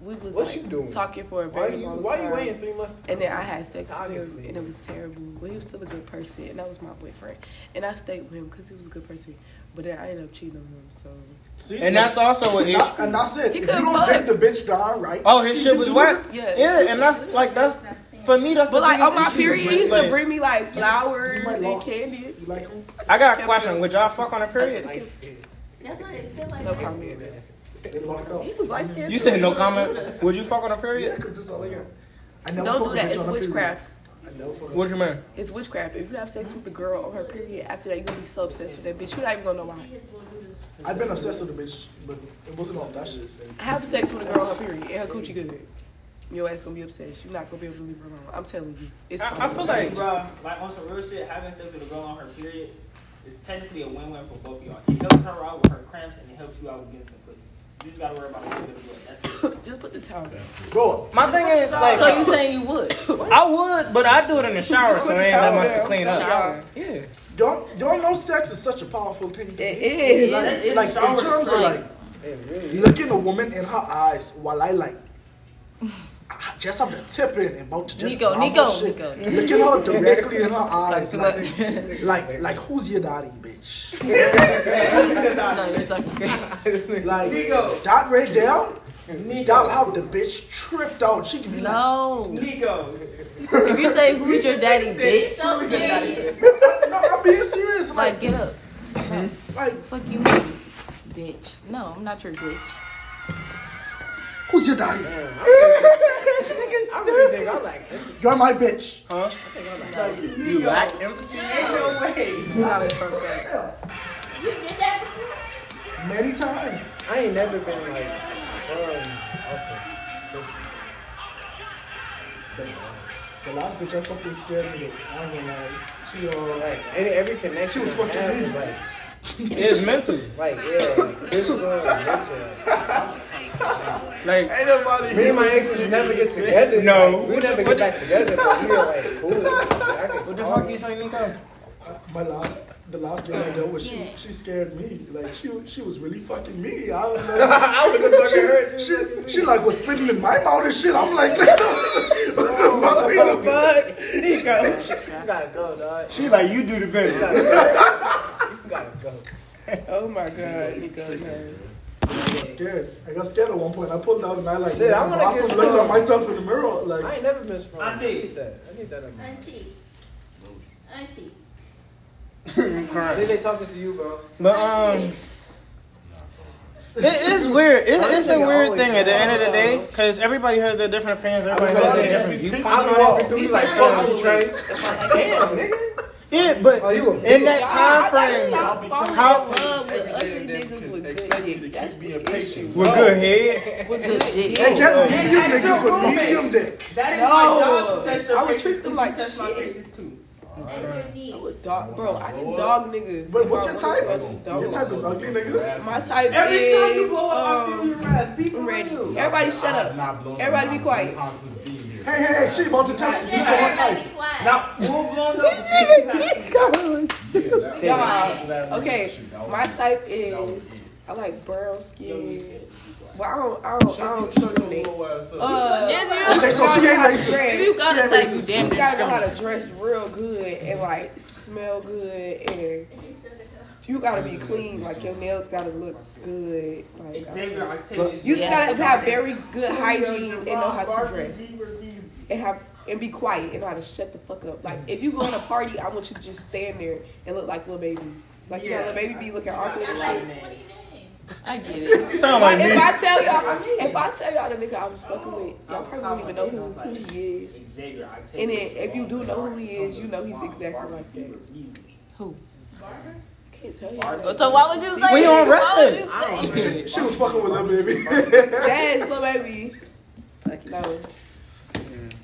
we was
What
like
you doing?
talking for a
Why
very
you-
long
why you
time.
waiting three months to
and then I had
fuck?
sex with him, and it was terrible. But he was still a good person, and that was my boyfriend. And I stayed with him because he was a good person. But then I ended up cheating on him. So
See,
And that's also an
And that-
issue.
And that's it.
He
If you
couldn't
don't
fuck.
take the bitch down, right?
Oh, his
she
shit
can
was
do
whack.
it.
Yeah.
Yeah.
and that's like that's for me. That's
But
the
like
biggest
on my
issue.
period, he used
Like,
to bring me like flowers
my
and
locks.
candy.
I got a question. Would y'all fuck on a period?
That's what it feel like. No comment. He was light skinned.
You said no comment. Would you fuck on a period?
I
never
Don't
fuck
do
a
that.
bitch
It's
on a period.
witchcraft.
What you mean?
It's witchcraft. If you have sex with a girl on her period, after that you're gonna be so obsessed with that bitch. You're not even gonna know why.
I've been obsessed with a bitch, but it wasn't all that shit.
Have sex with a girl on her period and her coochie good. Your ass gonna be obsessed. You're not gonna be able to leave her alone. I'm telling you. It's
I- I feel like-
bro, like on some real shit, having sex with a girl on her period is technically a win-win for both of y'all. It helps her out with her cramps and it helps you out with getting some pussy. You just gotta worry about a little bit of blood. That's it.
just put the towel down.
Bro, my thing is like.
So you saying you would?
I would, but I do it in the shower, so it ain't that much to clean up. Yeah.
Y'all, y'all know sex is such a powerful thing. It
is.
Like,
It is.
like,
Shower
in
is
terms of
strong.
like looking a woman in her eyes while I like I just have the tip in and about to just
Nico,
grab
Nico,
her shit.
Nico.
looking her directly in her
Talk
eyes,
too
like, like like who's your daddy, bitch?
No, you're talking crazy.
Like that right there, that'll have the bitch tripped out. She can be
No.
like,
Nico.
If you say who's your daddy, bitch?
Who's your daddy, bitch? no, I'm being serious. Like,
Like, get up.
Hmm?
Like,
fuck you, mean, bitch. No, I'm not your bitch.
who's your daddy?
I really think I'm like,
You're my bitch.
Huh?
you
lack
empathy? Ain't no way.
You did that before?
Many times.
I ain't never been like, um,
The last bitch I fucking scared me. I ain't gonna lie. She all
like, any, every connection
She was
I
fucking
have
me.
is, like,
It's mentally.
like, yeah, like, physical and mental.
Like,
ain't nobody me and my exes never get together.
No.
Like, we never get back together, but we are like, cool.
What the fuck you say, Nico?
My last, the last girl I dealt with, she, she scared me. Like she, she was really fucking me. I was like,
I was a fucking
she,
hurt.
She, she like was spitting in my mouth and shit. I'm like, what the fuck?
Nico. You gotta go, dog.
She like, you do the best.
You gotta go.
Oh my god, Nico. no.
I got scared. I got scared at one point. I pulled out and I like,
Shit, I wanna
I
get
was looking at
some-
myself in the mirror.
I
Like,
ain't never been sprung. I
Auntie.
need that. I need that. in my-
Auntie. Auntie.
Then they talking to you, bro.
But um, it is weird. It, it's a weird thing at the end of the day, because everybody has their different opinions. Everybody has their different viewpoints.
I walk through you like, fuck this
Yeah.
train. It's like, damn, nigga.
Yeah, but in that time frame, how
Love with ugly niggas with good dick. That's the issue.
with good head,
With good dick.
and get medium
That's your
niggas with
roommate.
medium dick.
That is my job
No,
to test your
I would
patience,
treat them
because
like
you test my
shit.
patience too.
I would dog, bro. I can dog niggas.
But what's your
If I
type?
really fuck, I just dog
Your type is ugly niggas.
My type
Every
is.
time you blow up, I feel
um,
your wrath. Be for
ready.
real.
Everybody shut up. Everybody be quiet.
Hey, hey, hey, she about to touch you. You know what type.
Now, full blown
Yeah. Okay, my type is I like brown skin. Well, I don't, I don't, I don't discriminate. Uh,
Okay, so she ain't racist.
Dress.
You gotta She ain't type you racist. damn
You gotta know how to
discriminate.
dress real good and like smell good and you gotta be clean. Like your nails gotta look good. Like
Xavier, I tell you-
you just gotta
Yes.
have very good hygiene and know how to dress and have and be quiet and know how to shut the fuck up. Like if you go on a party, I want you to just stand there and look like little baby. Like you know,
Yeah.
little baby be looking awkward and shit.
I get it.
Sound like
if
me.
I tell y'all, if I tell y'all the nigga I was fucking with, y'all probably won't even know who, who he is. And then if you do know who he is, you know he's exactly like that.
Who?
Can't tell y'all.
So why would you say
We
it?
on
Why would
record.
you say it?
She, she was fucking with little baby.
Yes, little baby. No.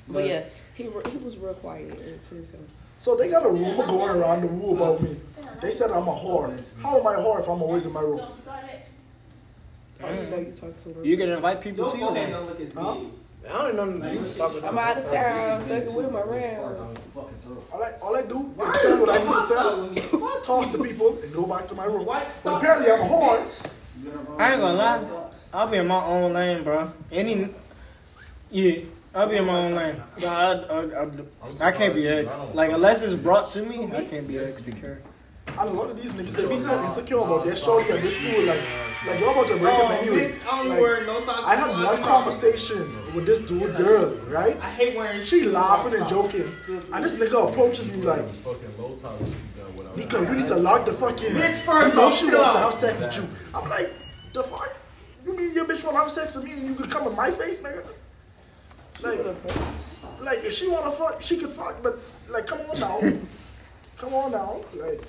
But yeah, he re- he was real quiet and to himself.
So they got a rumor going around the woo about me. They said I'm a whore. How am I a whore if I'm always in my room?
I don't even know you talk to him.
You can invite people to you.
I don't even know you was talking
I'm out of town, thugging with him around.
All I, all I do is sell what I need to sell, talk to people, and go back to my room. But apparently I'm a whore.
I ain't gonna lie. I'll be in my own lane, bro. Any, yeah, I'll be in my own lane. But I, I, I, I can't be ex. Like unless it's brought to me, I can't be ex to care.
I don't know these niggas. They be so insecure about their shorty and their school. Like, like you're about to break up
Oh,
anyway.
bitch, I don't
Like,
wear no socks
I
and
had
slides
one
and
conversation with this dude girl, right?
I hate wearing
She
shoes
laughing and
outside.
joking, and this nigga approaches me like, Nika, you need to lock the fucking.
Bitch, first
you know she
lock it
wants to
up.
have sex with you. I'm like, the fuck? You mean your bitch want to have sex with me and you could come in my face, nigga? Like, like if she wanna fuck, she could fuck, but like, come on now, come on now, like,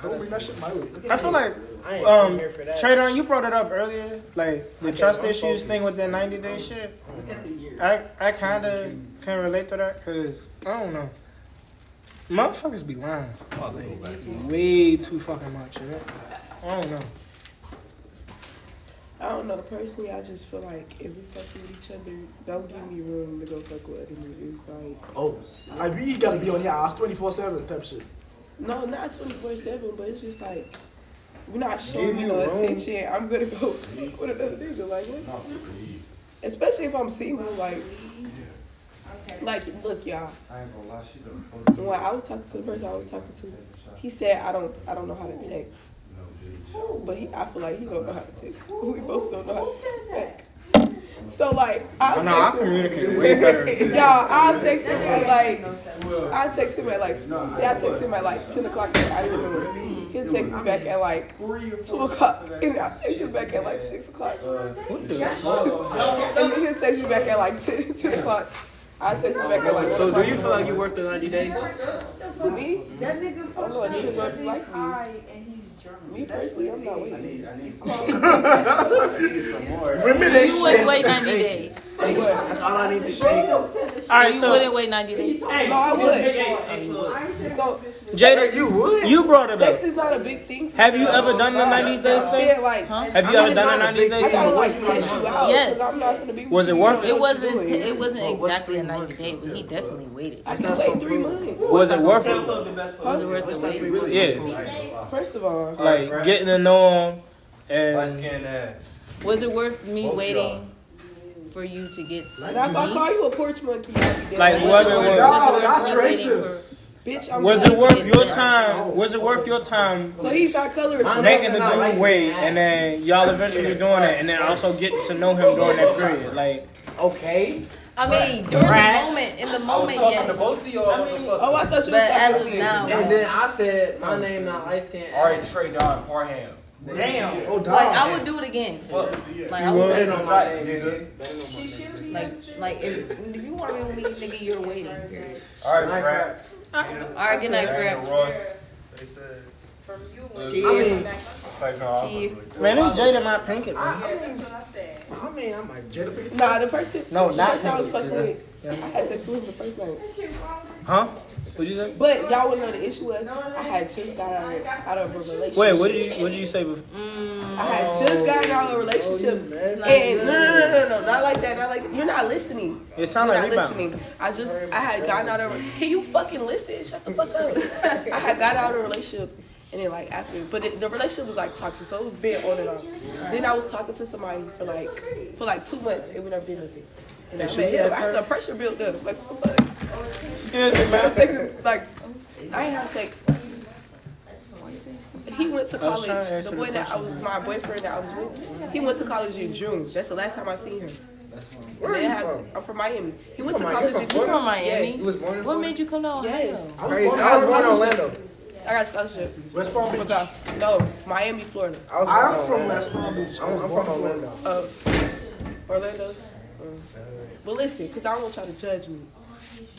don't bring that shit my way.
I feel like
I ain't
um
here for that.
Traydon, you brought it up earlier, like the
Okay,
trust
I'm
issues
focused.
thing with the ninety day shit. I I kind of can relate to that because I don't know. Motherfuckers be lying like, way too fucking much. you know? I don't know.
I don't know. Personally, I just feel like if we fuck with each other, don't give me room to go fuck with other niggas. Like,
Oh, like we gotta be on your ass twenty four seven type shit.
no, not twenty four seven, but it's just like we're not showing
Give you
you no
room.
attention. I'm gonna go fuck with another nigga. Like, what? especially if I'm single. Like, like look, y'all.
I ain't gonna lie, she done
When I was talking to the person I was talking to, he said I don't, I don't know how to text. But he, I feel like he don't know how to text. We both don't know how to text back. So like, I
I know I
text him.
communicate way better.
Y'all, I'll text him at like, I'll text him at like, see, I text him at like 10 o'clock in the afternoon. He'll text me back at like 2 o'clock, and I'll text him back at like 6 o'clock. and then he'll text me back at like 10, 10 o'clock. I'll text him back at like 1
So
o'clock
do you
in the
feel like you're worth the 90 days?
for me,
That nigga
I don't know,
fucked
niggas
up
don't
his
like me.
eye and he's German.
me personally, I'm not waiting.
Women ain't
You wouldn't
shit.
wait 90 days.
That's all I need to say.
All right, you
so-
wouldn't wait 90 days.
No, I would. So,
Jada, you would. You brought it up.
sex is not a big thing. for
Have
me.
you ever done the 90 days thing?
Yeah, like,
Have you ever done a 90
I
days
gotta like
thing?
test you out.
Yes.
'cause I'm not gonna be
Was it worth
It
it?
wasn't. It wasn't exactly a 90 days, but he definitely waited.
I can wait three months.
Was it worth it?
Was it worth the wait?
Yeah,
First of all,
like getting to know him and
Was it worth me
Both
waiting for you to get?
now if I call you a porch monkey, I'll be
Like,
dead.
what it was.
No, that's racist.
Bitch, I'm
was
going
it
to
worth
get
your
down.
time? Was it worth your time
So he's not colorist.
making the dude wait and then y'all eventually doing it and then also getting to know him during that period? Like,
Okay.
I mean, during
Right.
the moment, in the
I was
moment,
talking
yes.
to both of y'all. motherfuckers.
Oh, I thought you
But
was talking
as of now,
And then I said, my name not light skin.
All right, Trey Don Parham.
Damn.
Oh,
like I would do it again. Like I
You
would
would?
wait
Ain't
on
no
my
night, nigga.
She should be like, like if, if you want to be with me, nigga, you're waiting. Period.
All right, Frank.
All right, good night,
Daniel
Fred.
Ross. They said. From you.
Chief.
It's like, no, I'm
Chief.
man, this Jada not pinking. Man.
That's
what I said.
I mean, I might.
Jada Pinkett
Nah, the person.
No,
the
not
person I was
him.
fucking
That's-
with. I had sex with him the first night.
Huh?
What'd you say?
But y'all would know the issue was I had just got out of, out of a relationship.
Wait, what did you what did you say before?
I had just gotten out of a
Oh,
relationship. and no, no, no, no, no, not like that. Not like you're not listening.
It sound
You're
like
not
rebound.
listening. I just I had gotten out of. Can you fucking listen? Shut the fuck up. I had got out of a relationship. And then like after, but it, the relationship was like toxic, so it was been on and off. Then I was talking to somebody for like for like two months, and we never did nothing. And I
Hey, she
met
had
him. I
her-
the pressure built up. Like what the fuck? I had sex with- like I ain't have sex. He went to
I was trying to
college.
answer
The
the
boy that I
question.
was my boyfriend that I was with. He went to college in June. That's the last time I seen him.
Where are
They
you
have-
from?
I'm from Miami. He
You
went
from
to
Mi- you
college
from
in June.
Florida? You from Miami?
Yes.
You was born in
What made you come to Ohio?
Yes.
Crazy. I was born in Orlando.
I got a scholarship.
West Palm Beach.
No, Miami, Florida.
I was born I'm in from Orlando. West Palm Beach. I was
I'm
born
from
in
Orlando. Oh, Orlando. Mm. But listen, because I don't want y'all to judge me.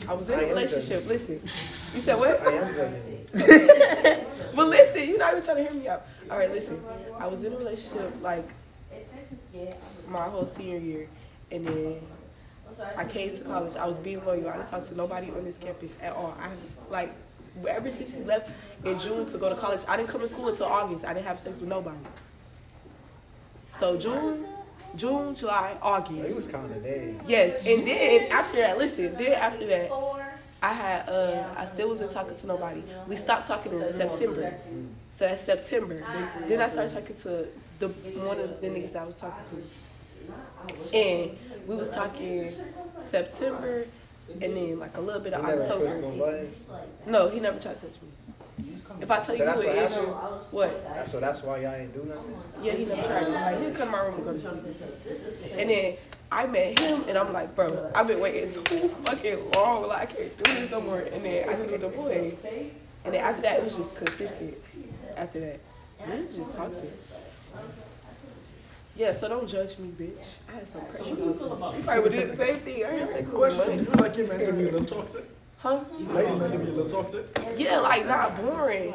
I was in
I
a
am
relationship.
judging.
Listen, you said what?
I am judging.
but listen, you're not even trying to hear me out. All right, listen. I was in a relationship like my whole senior year, and then I came to college. I was being loyal. I didn't talk to nobody on this campus at all. I like ever since he left in June to go to college, I didn't come to school until August. I didn't have sex with nobody. So June, June, July, August.
It was kind of days.
Yes, and then after that, listen. Then after that, I had uh, I still wasn't talking to nobody. We stopped talking in September, so that's September. Then I started talking to the one of the niggas that I was talking to, and we was talking September, and then like a little bit of
You never
October.
pressed no buttons?
No, he never tried to touch me. If I tell
So
you
that's
who
what
it is,
happened?
what?
That's- So that's why y'all ain't do nothing.
Yeah, he never tried. Like, he'd come to my room and go to sleep. And then I met him, and I'm like, bro, I've been waiting too fucking long. Like, I can't do this no more. And then I knew the boy. And then after that, it was just consistent. After that, it was just toxic. Yeah, so don't judge me, bitch. I had some pressure. You probably would do the same thing. I had sex with
Question:
money.
You like your man to be a little toxic?
Huh?
You like your man to be a little toxic?
Yeah, like not boring.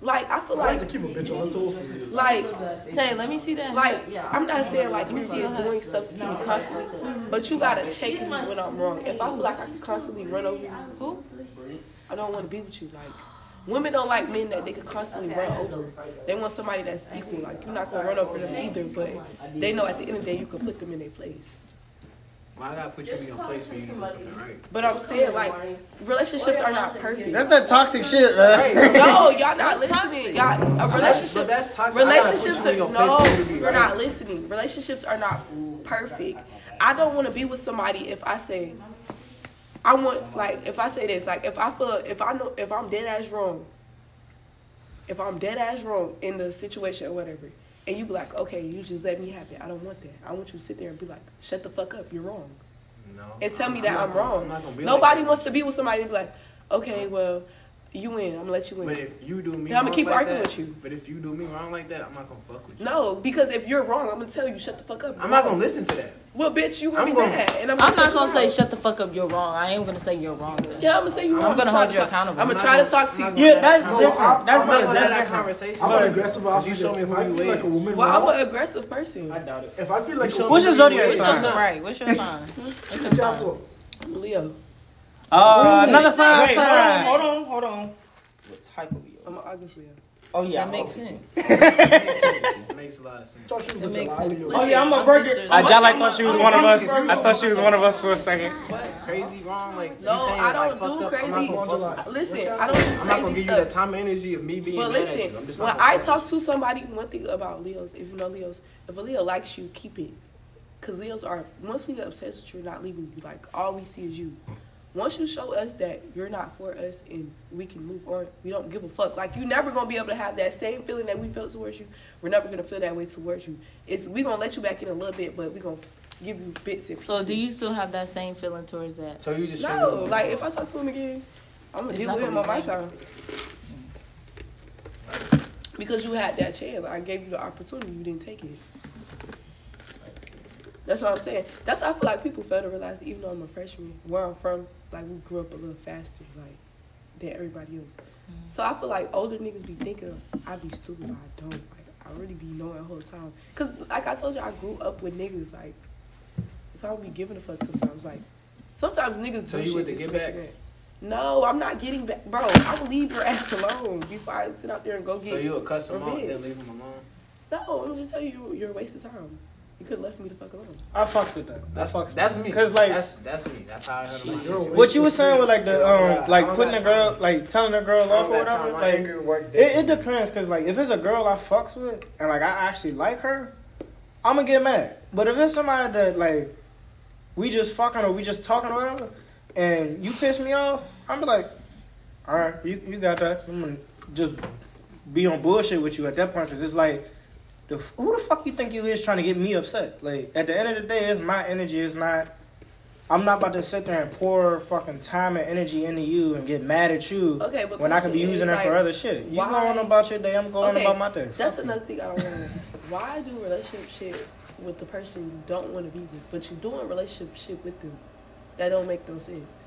Like I
I
feel
like
like
to keep a bitch on her toes. for real.
like
Tay, let me see that.
Like
Yeah.
I'm not saying like
Let
you
me see your
are doing stuff to me constantly, but you gotta check me when I'm wrong. If I feel like I can constantly run over you, who? I don't want to be with you. Like women don't like men that they can constantly run over. They want somebody that's equal. Like you're not gonna run over them either, but they know at the end of the day you can put them in their place.
Why I gotta put you in your place for you to do something right?
But I'm saying like relationships are not perfect.
That's that toxic shit, man.
Right. No, y'all not listening. Y'all a relationship.
that's toxic. I
Relationships
gotta put
are
you in your
no,
place for you to be
you're not
right.
listening. Relationships are not perfect. I don't want to be with somebody if I say I want like if I say this like if I feel if I know if I'm dead ass wrong, if I'm dead ass wrong in the situation or whatever, and you be like, okay, you just let me have it. I don't want that. I want you to sit there and be like, shut the fuck up. You're wrong and tell me
I'm
that
not
I'm
gonna-
wrong.
I'm not gonna be
Nobody
like that.
wants to be with somebody and be like, okay, well, you win. I'm gonna let you win.
But if you do me,
Then I'ma
wrong
keep
like
arguing
that,
with you.
But if you do me wrong like that, I'm not gonna fuck with you.
no, because if you're wrong, I'm gonna tell you shut the fuck up.
I'm not gonna listen to that.
Well, bitch, you want
I'm
me
gonna-
mad, and I'm,
I'm not
cut
gonna
you
say
out.
shut the fuck up. You're wrong. I am gonna say you're wrong. though.
Yeah, I'm gonna say you
I'm
wrong.
gonna
try
hold
to
you
talk-
accountable.
I'm
I'm
gonna
not
try to
gonna-
talk
I'm
to you.
not Yeah, gonna- that's I'm
different. That's
not-
that's
that
different.
conversation.
I'm an aggressive. I'll
you show me
if
who
I
you
feel like
is.
a woman
Well, I'm
wrong.
an aggressive person. I
doubt it.
If I feel like a
What's your
woman
zodiac
wrong-
sign?
Right. What's your sign?
What's your job title?
Leo.
Uh, another five
Wait, hold on,
sign.
hold on, hold on. What type of Leo?
I'm an August Leo.
Oh yeah,
That
I'm
makes
August.
sense.
Makes a lot of sense.
Thought she was
It
a
makes
July
sense.
Leo.
Oh yeah, I'm a Virgo.
I just like thought she was one of us. I thought she was one of us for a second.
Crazy wrong, like
No,
you saying,
I
like,
don't
fucked
do
up. I'm not
crazy.
gonna fuck with you.
Listen, I don't do
I'm not gonna
crazy
give you the
stuff.
time and energy of me being
But
mad
listen,
at you. I'm just
when
not gonna
I
fuck
talk to somebody, one thing about Leos, if you know Leos, if a Leo likes you, keep it. Because Leos are, once we get obsessed with you, we're not leaving you. Like, all we see is you. Once you show us that you're not for us and we can move on, we don't give a fuck. Like, you never going to be able to have that same feeling that we felt towards you. We're never going to feel that way towards you. It's we going to let you back in a little bit, but we going to give you bits and
So do
pieces.
you still have that same feeling towards that?
So you just
No, like, if I talk to him again, I'm going
It's
to deal
not
with him
gonna
on
be
my
same.
time. Because you had that chance. I gave you the opportunity. You didn't take it. That's what I'm saying. That's why I feel like people fail to realize, even though I'm a freshman, where I'm from, like we grew up a little faster, like than everybody else. So I feel like older niggas be thinking I be stupid. I don't. Like I really be knowing the whole time. Cause like I told you, I grew up with niggas. Like so I don't be giving a fuck sometimes. Like sometimes niggas.
So
do
you
shit
with the
just
get
to make a
backs?
man. No, I'm not getting back, bro. I will leave your ass alone before I sit out there and go get.
So you would cuss him out,
revenge.
then leave him alone?
No, I'm just telling you, you're a waste of time. You could have left me the fuck alone.
I fucks with that. That's fucks. That's me.
Cause like
that's that's me. That's how I heard about it.
What you was saying with like the um like putting a girl like telling a girl off or whatever like it, it depends because like if it's a girl I fucks with and like I actually like her, I'm gonna get mad. But if it's somebody that like we just fucking or we just talking or whatever, and you piss me off, I'm be like, all right, you you got that. I'm gonna just be on bullshit with you at that point because it's like. The, f- who the fuck you think you is trying to get me upset? Like at the end of the day, it's my energy. It's not I'm not about to sit there and pour fucking time and energy into you and get mad at you
Okay, but
when I could be
question
using
is,
that for
like,
other shit. You
why-
going about your day, I'm going
Okay,
about my day.
That's another thing I don't want. Why do relationship shit with the person you don't want to be with, but you doing relationship shit with them? That don't make no sense.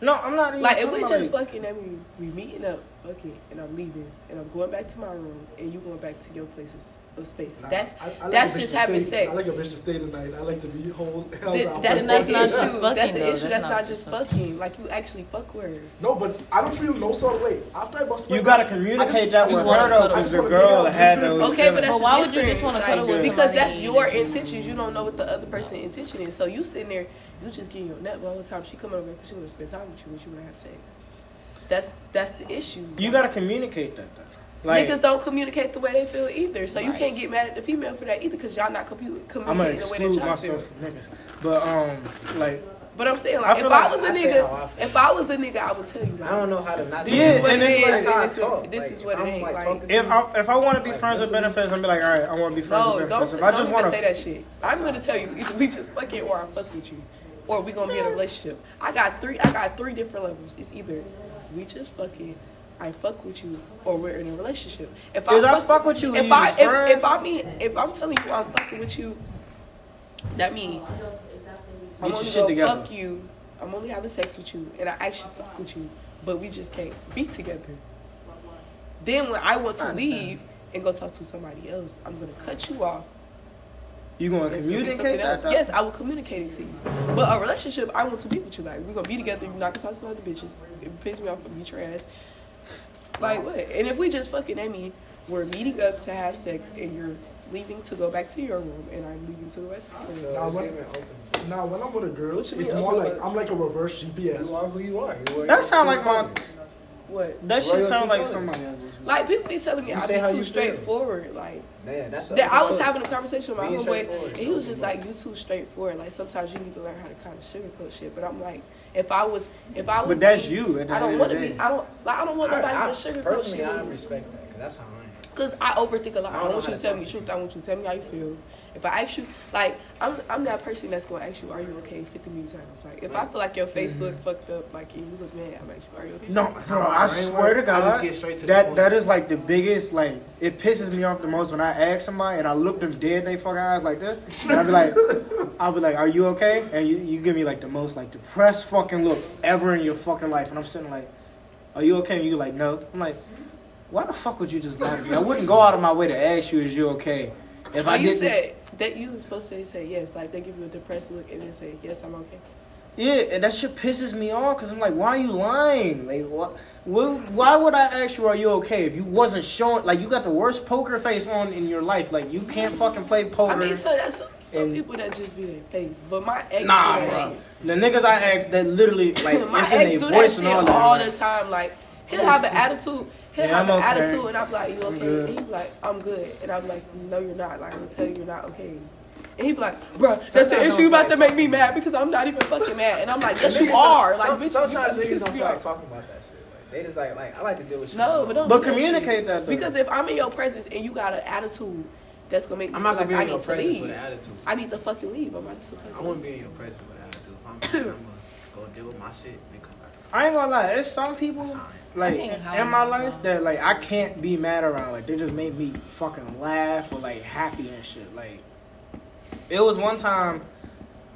No, I'm not even
Like if
talking
we
about
just
it.
fucking and we we meeting up, fuck it, and I'm leaving, and I'm going back to my room, and you going back to your place of, of space. that's
I like
that's
a bitch
just
to
having
stay-
sex.
I like a bitch to stay tonight. I like to be whole.
Th- that's not just fucking. That's an issue. That's not just fucking. Like you actually fuck with her.
No, but I don't feel no sort of way. After I bust my
You gotta
nut,
communicate
I just-
that
I just
with
wanna
her,
cuddle.
though,
I
as
just
a
wanna get
girl
out
that
and
had
feel-
those
Okay, but that's
But why would you
different.
just wanna cuddle with
Because
somebody
that's
and-
your intentions. You don't know what the other person's intention is. So you sitting there, you just getting your nut the whole time. She coming over because she want to spend time with you and she want to have sex. That's that's the issue.
You gotta communicate that though. Like
Niggas don't communicate the way they feel either, so you can't get mad at the female for that either, because y'all not compu-
I'm gonna
communicating the way that
exclude
y'all
myself
feel.
from niggas. But um like
But I'm saying,
I
like,
feel
if
like
I was a
I say how I
nigga, if I was a nigga, I would tell you. Like, I don't
know how to not.
This
Yeah,
is what
and
it
it's like
is.
how I
and This
talk.
is- this is what it is. Like,
if I if I wanna be friends with benefits, I'm be like, all right, I wanna be friends
No,
with
don't,
benefits.
say,
If I
don't
just
even
wanna
say that shit. I'm gonna tell you either we just fuck it or I fuck with you, or we gonna be in a relationship. I got three. I got three different levels. It's either we just fuck it, I fuck with you, or we're in a relationship. If
Is I fuck with you,
if
you
I
just
if,
friends?
if I mean if I'm telling you I'm fucking with you, that mean
Get
I'm
your
only
shit
gonna
together.
fuck you. I'm only having sex with you, and I actually fuck with you, but we just can't be together. Then when I want
I
to
understand.
leave and go talk to somebody else, I'm gonna cut you off.
you gonna
It's gonna be
communicate
something
that
else.
though?
Yes, I will communicate it to you. But a relationship, I want to be with you. Like we're gonna be together. You're not gonna talk to other bitches. It piss me off and beat your ass. Like what? And if we just fucking at me, we're meeting up to have sex, and you're leaving to go back to your room, and I'm leaving to go back to my room.
Now when, now when I'm with a girl,
What you mean
it's more
open
like I'm like a reverse GPS.
You are who you are. You are
That sound like my
What?
that shit
Royalty
sound like
colors.
somebody else.
Like people be telling me
You
I
say how
be
you
too
feel.
straightforward. Like
Man, that's
that I was having a conversation with my
Being
homeboy,
straightforward
and
is
he was
something
just like, "You too straightforward. Like sometimes you need to learn how to kind of sugarcoat shit." But I'm like, if I was, if I was,
But that's
me,
you at the
I don't
end of
want to
the
be.
day.
I don't. Like, I don't want
I,
nobody
I,
to sugarcoat
personally, I
shit.
respect that because that's how I am.
Cause I overthink a lot.
I
I,
don't know
want
how
you to
to
tell me the truth. I want you to tell me how you feel. If I ask you, like, I'm I'm that person that's gonna ask you, "Are you okay?" Fifty million times. Like, if I feel like your face look fucked up, like and you look mad, I'm like, "Are you okay?"
Mm-hmm. No, bro, I swear to God, that that is like the biggest. Like, it pisses me off the most when I ask somebody and I look them dead in their fucking eyes like this, and I'll be like, I'll be like, "Are you okay?" And you, you give me like the most like depressed fucking look ever in your fucking life, and I'm sitting like, "Are you okay?" And you like, "No." I'm like, "Why the fuck would you just lie to me? I wouldn't go out of my way to ask you, "Is you okay?" If
So
I
you
didn't,
said that you was supposed to say yes, like they give you a depressed look and then say yes, I'm okay.
yeah, and that shit pisses me off because I'm like, "Why are you lying?" Like, what? Wh- Why would I ask you, are you okay, if you wasn't showing, like, you got the worst poker face on in your life. Like, you can't fucking play poker.
I mean, so that's some, some people that just be their face, but my ex
nah,
do that
bro. The niggas I asked that literally, like,
shit. my
it's in their
ex do that
voice
shit
and all
all,
that.
the
like,
time. Like he'll have an attitude, he'll
Yeah,
have
I'm
an
okay.
attitude, and I'm like, you
I'm
okay?
good.
And he's like, I'm good, and I'm like, no, you're not. Like I'm gonna tell you, you're not okay. And he be like, bro, that's the
Sometimes
issue. You
I'm
about to make me mad because I'm not even fucking mad, and I'm like, yes,
Niggas
you are.
don't-
Like,
some-
bitch,
sometimes
you-
niggas don't feel
you are.
like talking about that shit. Like, they just like, like I like to deal with shit.
No, but don't.
But
do that
communicate
shit.
that, though.
Because if I'm in your presence and you got an attitude, that's gonna make me
I'm not
feel
gonna be
like
in
I
your
need to
presence
leave.
with an attitude.
I need to fucking leave. I'm about to fucking
I wouldn't be in your presence with an attitude. If I'm, I'm gonna go deal with my shit and come back.
I ain't gonna lie, there's some people, like,
I can't hide
in my life that, like, I can't be mad around. Like, they just make me fucking laugh or, like, happy and shit. Like, it was one time,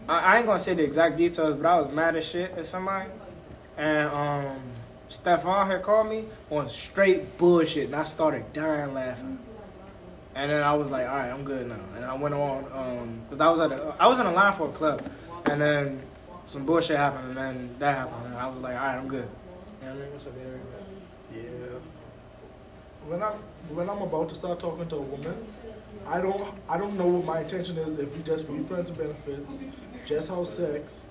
I, I ain't gonna say the exact details, but I was mad as shit at somebody. And, um, Stefan had called me on straight bullshit, and I started dying laughing. And then I was like, all right, I'm good now. And I went on, um, cause I was at a, I was in a line for a club, and then some bullshit happened, and then that happened, and I was like, all right, I'm good.
You know what I mean? What's up, Gary?
Yeah. When I when I'm about to start talking to a woman, I don't I don't know what my intention is if we just be friends with benefits, just have sex,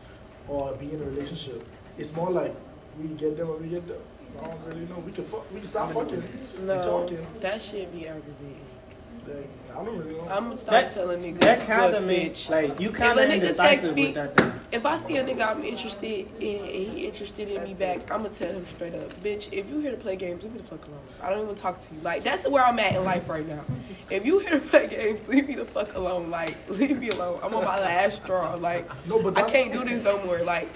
or be in a relationship. It's more like we get them or we get them. I don't really know. We can fuck. We can stop fucking and
No,
talking.
that shit be aggravating.
Like, I don't really know.
I'm gonna start telling niggas.
Oh. that kinda
"Look,
mean-
bitch,
like, you
if
kinda
a nigga
indecisive
text
with
me-
that thing.
If I see a nigga I'm interested in and he interested in me back, I'm gonna tell him straight up, bitch. If you here to play games, leave me the fuck alone. I don't even talk to you. Like that's where I'm at in life right now. If you here to play games, leave me the fuck alone. Like leave me alone. I'm on my last straw. Like
no, but
I can't do this no more. Like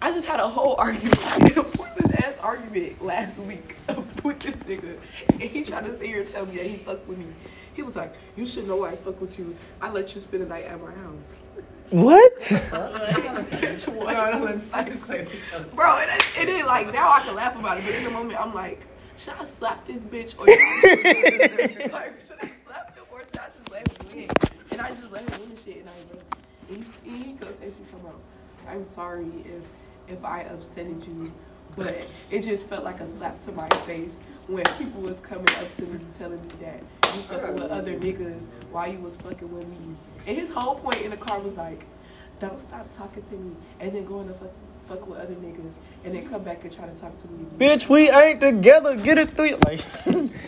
I just had a whole argument, a pointless ass argument last week with this nigga, and he tried to sit here and tell me that he fucked with me. He was like, "You should know why I fuck with you. I let you spend the night at my house."
What?
Bitch, what? Like, Bro, and it, and it like now I can laugh about it, but in the moment I'm like, should I slap this bitch or should I, like, should I slap him or should I just let him win? And I just let him win and shit, and I like, and he, and he goes, "Ace, about, I'm sorry if if I upsetted you." But it just felt like a slap to my face when people was coming up to me telling me that you fucking with other niggas while you was fucking with me. And his whole point in the car was like, don't stop talking to me and then go in the fuck, fuck with other niggas and then come back and try to talk to me.
Bitch, we ain't together. Get it through. Like,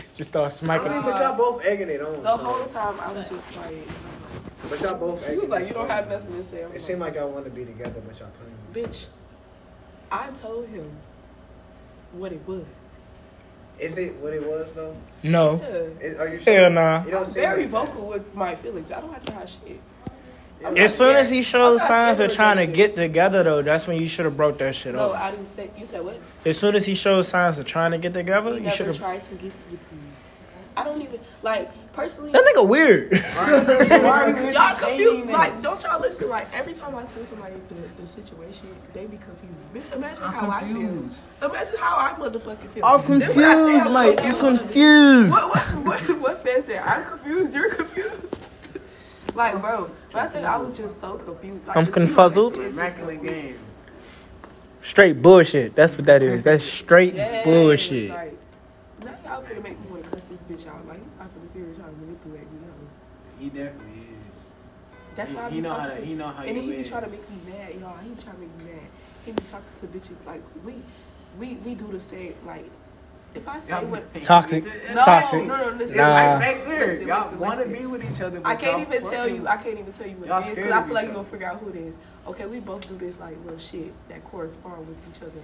just start smacking.
I mean, but y'all
both egging it on.
The whole time I was just like,
But y'all both
She was
acting
like,
this
you don't
way.
have nothing to say. I'm
It seemed like y'all wanted to be together, but y'all playing.
bitch, I told him what it was.
Is it what it was though?
No.
Is- are you sure?
Hell nah.
You don't
I'm
seem
very
like that.
vocal with my feelings. I don't have to hide shit. I'm not
As soon as he
scared. I'm
shows
not
signs
scared
of trying to
rejection.
get together, though, that's when you should have broke that shit
No,
off.
I didn't say. You said what?
As soon as he shows signs of trying to get
He
together, you should
never
have.
tried to get with me. I don't even like personally.
That nigga weird.
y'all confused. Like, don't y'all listen. Like, every time I tell somebody the, the situation, they be confused. Bitch, imagine how I feel. Imagine how I motherfucking feel.
I'm
Then when I say
confused,
I'm
mate. You
confused,
confused.
What, what, what, what man said? I'm confused. You're confused. like, bro, when I say I was just so confused. Like,
I'm
the
confuzzled.
situation is just confusing.
Straight bullshit. That's what that is. That's straight
Yes,
bullshit.
Like, that's how finna make me want to cuss this bitch out. Like, I'm finna see her trying to manipulate me. Out.
He definitely is.
That's
He-
why I
he
be
know how
talking
to-
to.
he know how
and
you
then he be
is.
trying to make me mad, y'all. He be trying to make me mad. He be talking to bitches like we, we, we do the same. Like if I say
Y'all be
what
Toxic.
no,
Toxic.
no, no,
Nah.
listen, listen,
Back there,
listen,
y'all
listen,
wanna
listen.
be with each other, but
I can't
y'all
even tell
fucking-
you. I can't even tell you what
Y'all
it is
scared
because I
of
feel like
each
you gonna
other.
figure out who it is. Okay, we both do this like little shit that correspond with each other,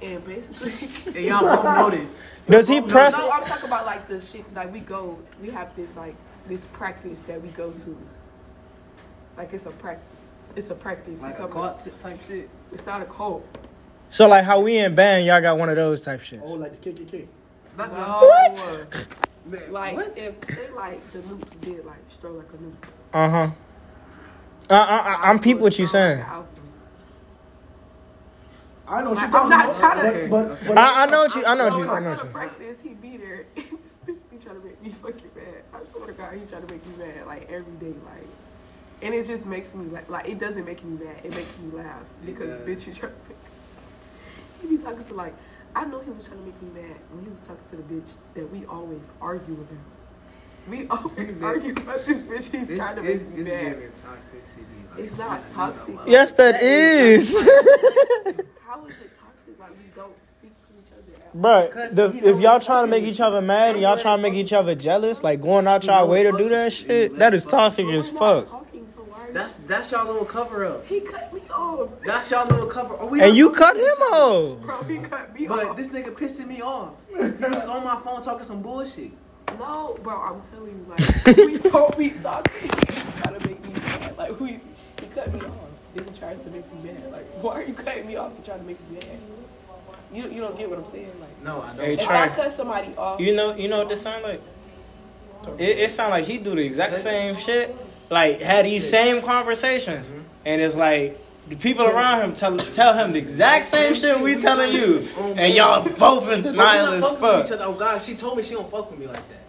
and basically,
And y'all both know this.
Does he press?
No, I'm talking about like the shit like we go. We have this like this practice that we go to. Like it's a practice. It's a practice. Like a cult type shit. It's not a cult.
So like how we in band, y'all got one of those type shits.
Oh, like the KKK.
That's
What?
Like if say like the loops did like stroll like a loop.
Uh huh. Uh, uh, I'm peep what you saying.
I know. She
I'm
talking
not
about-
trying to-
But, but, but
I, I know what you. I know what you. I know what
to
you.
practice. He be there. And this bitch be trying to make me fucking mad. I swear to God, he trying to make me mad like every day, like. And it just makes me like, like it doesn't make me mad. It makes me laugh because bitch, you trying to. He be talking to like, I know he was trying to make me mad when he was talking to the bitch that we always argue about. We always argue about this bitch. He's
This
trying to
is
make me
this
mad.
giving toxicity.
It's not toxic.
Yes, that is.
How is it toxic? Like we don't speak to each other. at all?
Bro, the, if y'all trying to make each other mad and y'all trying to make each other jealous, like going out y'all way to do that shit, that is toxic as fuck.
That's that's y'all little cover up.
He cut me off.
That's y'all little cover. Oh, we
And
not
you
talking
cut
to
him
each other.
off.
Bro, he cut me
But this nigga pissing me off. He was on my phone talking some bullshit.
No, bro, I'm telling you, like we don't be talking. He's trying to make me mad. Like we, he cut me off. Then he tries to make me mad. Like why are you cutting me off and trying to make me mad? You you don't get what I'm saying? Like
No, I
Hey,
if I
Trey.
cut somebody off,
You know, you know what this sound like? It, it sound like he do the exact same shit. Like had these same conversations, and it's like the people around him tell tell him the exact same shit we telling you, and y'all both in
But we
denial
not
as
fucking with
fuck.
Each other. Oh God, she told me she don't fuck with me like that.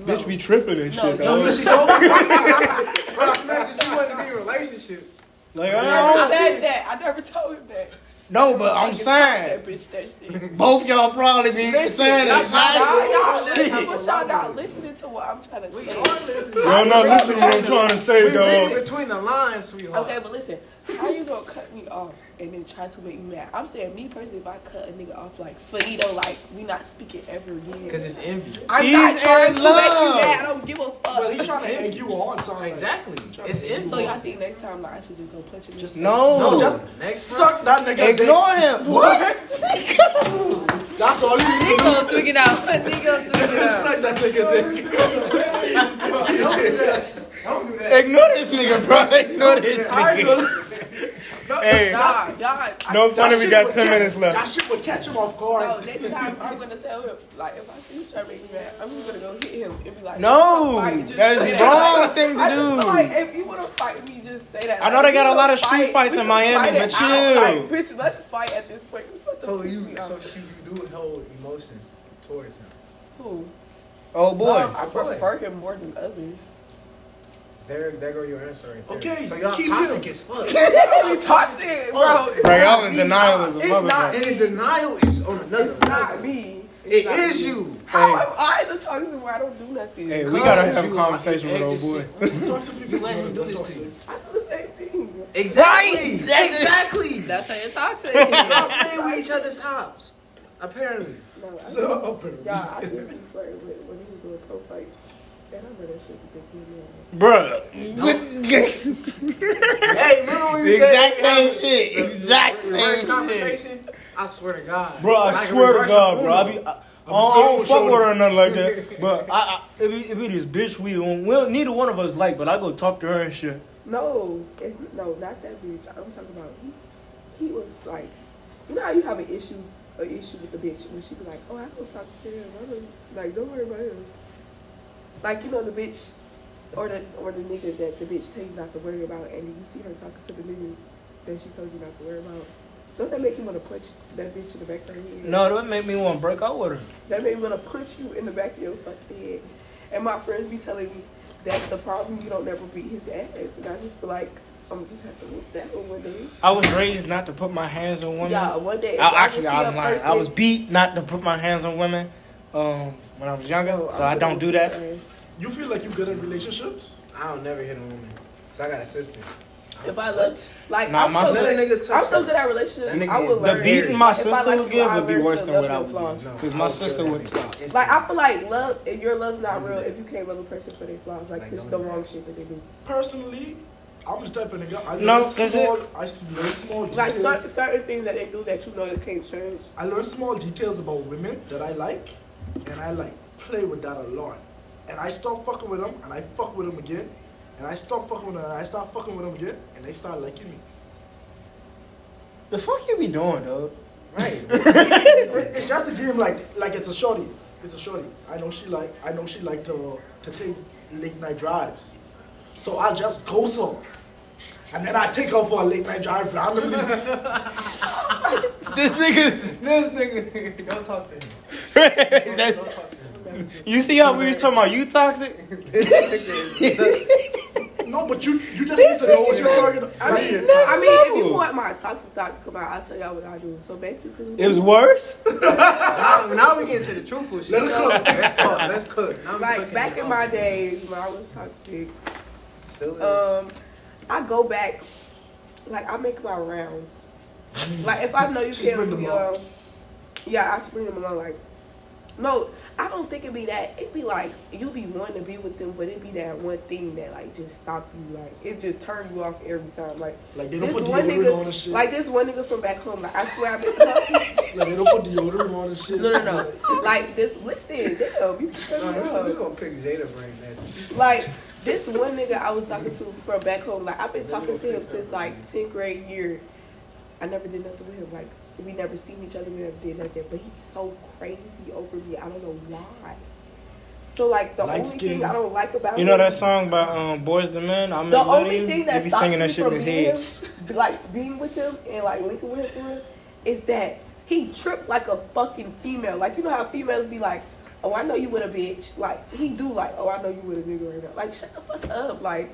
Bitch be tripping and shit.
No,
dog.
she told me.
First message, she wanted to be in a relationship.
Like,
I
I
never
don't see-
said that. I never told him that.
No, but I'm
Fucking
saying
fuck that bitch, that shit.
Both y'all probably be saying
Y'all,
it.
y'all,
Shit.
listen, but y'all not listening to what I'm trying to say.
Y'all not listening to what I'm trying to say,
We reading
dog.
between the lines, sweetheart. Okay, but listen, how you gonna cut me off and then try to make me mad? I'm saying, me personally, if I cut a nigga off like finito, like we not speaking ever again.
'Cause it's envy.
I'm
He's
not trying
in
to
love.
make you mad. I don't give a fuck.
Well, he's trying to egg you on, something. Exactly.
It's envy. So y'all think next time like, I should just go punch him? Just
No.
No, just suck that nigga. dick.
Ignore him.
What? That's all you need to do.
Nigga, tweak it out. Nigga, tweak it out.
Suck that nigga dick.
Ignore this nigga, bro. Ignore this nigga. Hey.
Nah, y'all.
No
that
funny we
shit
got
would
10
catch-
minutes left.
That shit would catch him off guard. No, next time I'm gonna tell him like if I see you trying to make me mad, I'm just gonna go hit him and be like,
No,
"Fight," just
that is
say
the
that.
wrong thing to
I just feel
do.
Like if you wanna fight me, just say that.
I know
Like,
they
if
got
you
a lot of
wanna
street
fight,
fights
we
in
can
Miami,
fight
but
it out. Like,
chill.
bitch, let's fight at this point. So you,
So she, you do hold emotions towards him.
Who?
Oh boy.
Um, I prefer him more than others.
There, there go your answer right there.
Okay,
so y'all
keep
toxic
him.
as fuck.
Y'all be toxic, bro. It's
Bro, y'all
not
in
me.
denial as a
It's not-
motherfucker.
And the denial is on another. It's
not me.
It
not
is
me.
you.
How am I the toxic where I don't do nothing?
Hey, we gotta have a conversation with old boy.
You let him do this to you.
I do the same thing.
Exactly.
Right.
Exactly.
That's how you talk to
Y'all
it.
playing with each other's tops, apparently.
No, I
So,
just, yeah, I just be flirting with when he was doing pro fight. And I remember that shit because he was
Bruh.
hey, remember when you
Exact same
said
shit. Exact
the first
same shit.
conversation? I swear to God.
Bro, I
Like a
swear to
reverse
God,
Uno.
bro. I be. I, I
I'm
don't, I don't
feeling
fuck with
shorty.
her or nothing like that, but I, I it, be, it be this bitch we don't, we don't, neither one of us like, but I go talk to her and shit.
No, it's no, not that bitch. I'm talking about he. He was like, you know how you have an issue, an issue with the bitch when she be like, oh, I go talk to him. I don't, like, don't worry about him. Like you know the bitch, or the or the nigga that the bitch tell you not to worry about, and then you see her talking to the nigga that she told you not to worry about. Don't that make you want to punch that bitch in the back of the head?
No, that make me want to break out with her.
That made me want to punch you in the back of your fucking head. And my friends be telling me that's the problem. You don't never beat his ass, and I just feel like I'm just have to whoop that one one day.
I was raised not to put my hands on women.
Yeah, one day if y'all
I, actually,
just see
I'm
a
lying. I
person-
was beat not to put my hands on women um, when I was younger, so I
I'm
don't do that.
You feel like you good in relationships?
I don't never hit a woman. Cause I got a sister.
If I love, like,
Nah,
I'm,
my
so
sister-
good,
Let a nigga touch
I'm so
her.
good at
That
relationships.
nigga
I
is
would
The
learn.
beating my
If I
sister
like
would
you,
give
I
would be
learn to
worse than
love
what I
your
would,
flaws.
because my sister would.
Like I feel like love, if your love's not real, if you can't love a person for their flaws, like this is the wrong shit that they do.
Personally, I'm stepping the gun. I
No,
learned
'cause
small, I s- learned small
Like
details.
cer- certain things that they do that you know that can't change.
I learned small details about women that I like, and I like play with that a lot. And I start fucking with them, and I fuck with them again, and I start fucking with them, and I start fucking with them again, and they start liking me.
The fuck you be doing, dog?
It- it's just a game like like it's a shorty. It's a shorty. I know she like I know she like to to take late night drives. So I just ghost her. And then I take her for a late night drive randomly.
this nigga
This nigga, don't talk to him.
You see how we was talking about you toxic?
no, but you you just need to know what you're talking about.
I mean,
Like,
I mean, if you
no.
want my toxic side to come out, I'll tell y'all what I do. So basically,
It was worse.
now, now we getting to the truthful shit.
Let it cook.
Let's talk. Let's cook. Now I'm
like
cooking.
back in my days when I was toxic,
Still is.
um, I go back, like I make my rounds. Like if I know you
She
can't
spring
leave me
them up.
alone, yeah, I spring them along. Like, no, I don't think it be that. It be like you be wanting to be with them, but it be that one thing that like just stop you. Like it just turn you off every time. Like,
Like, they don't
this
put
one
deodorant
nigga,
on and shit.
like this one nigga from back home. Like I swear I make him.
like they don't put deodorant on and shit.
No, no, no. Like this, listen, damn, you
Nah, we, we
fucking up.
gonna pick Jada brain that.
Like this one nigga I was talking to from back home. Like I've been talking to him since like tenth grade year. I never did nothing with him. Like we never seen each other. We never did nothing. But he's so crazy over me. I don't know why. So like the
Light
only
skin.
thing I don't like about
You know
him-
that song by um, Boys the Men? I'm in
the
love with
only
you.
thing
They
that
be
stops
singing
me
that shit in
from
his
being,
head.
like being with him and like linking with him, for real, is that he tripped like a fucking female. Like you know how females be like, "Oh, I know you with a bitch." Like he do like, "Oh, I know you with a nigga right now." Like shut the fuck up. Like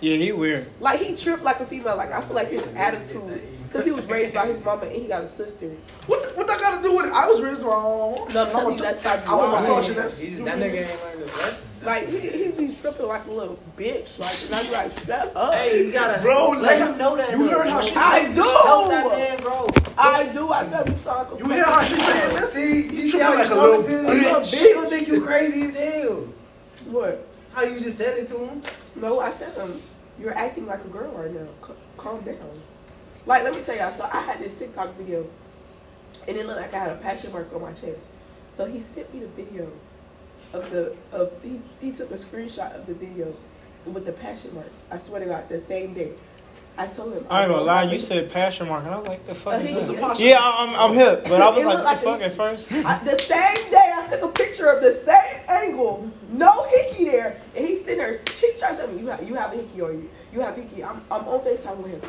Yeah, he weird.
like he tripped like a female. Like I feel like his attitude Because he was raised by his mama and he got a sister.
What, what that got to do with it? I was raised by my mama.
No, I'm telling you,
a-
that's probably
I'm a
why.
misogynist.
He's- That nigga ain't learned his lesson.
Like, he, he be tripping like a little bitch. Like, and I'm like, shut up.
Hey, you gotta Bro, let let him him- know that, you bro. heard how she
I
said
do.
you should help that man,
bro. I do. I tell you, so You
hear how she saying this? See, you see how you talking to him? She gonna think you crazy as hell.
What?
How you just said it to him?
No, I tell him, you're acting like a girl right now. C- calm down. Like, let me tell y'all. So I had this TikTok video, and it looked like I had a passion mark on my chest. So he sent me the video of the of he he took a screenshot of the video with the passion mark. I swear to God, the same day. I told him.
I ain't gonna lie, you said passion mark, and I was like, the fuck
Uh, he-
is
it's a
that?
posture.
Yeah, I- I'm, I'm hip, but I was like,
It looked
what the
like
fuck at first?
I, the same day I took a picture of the same angle, no hickey there, and he's sitting there. She tries to tell me, "You have you have a hickey on you. You have hickey." I'm I'm on Facetime with him.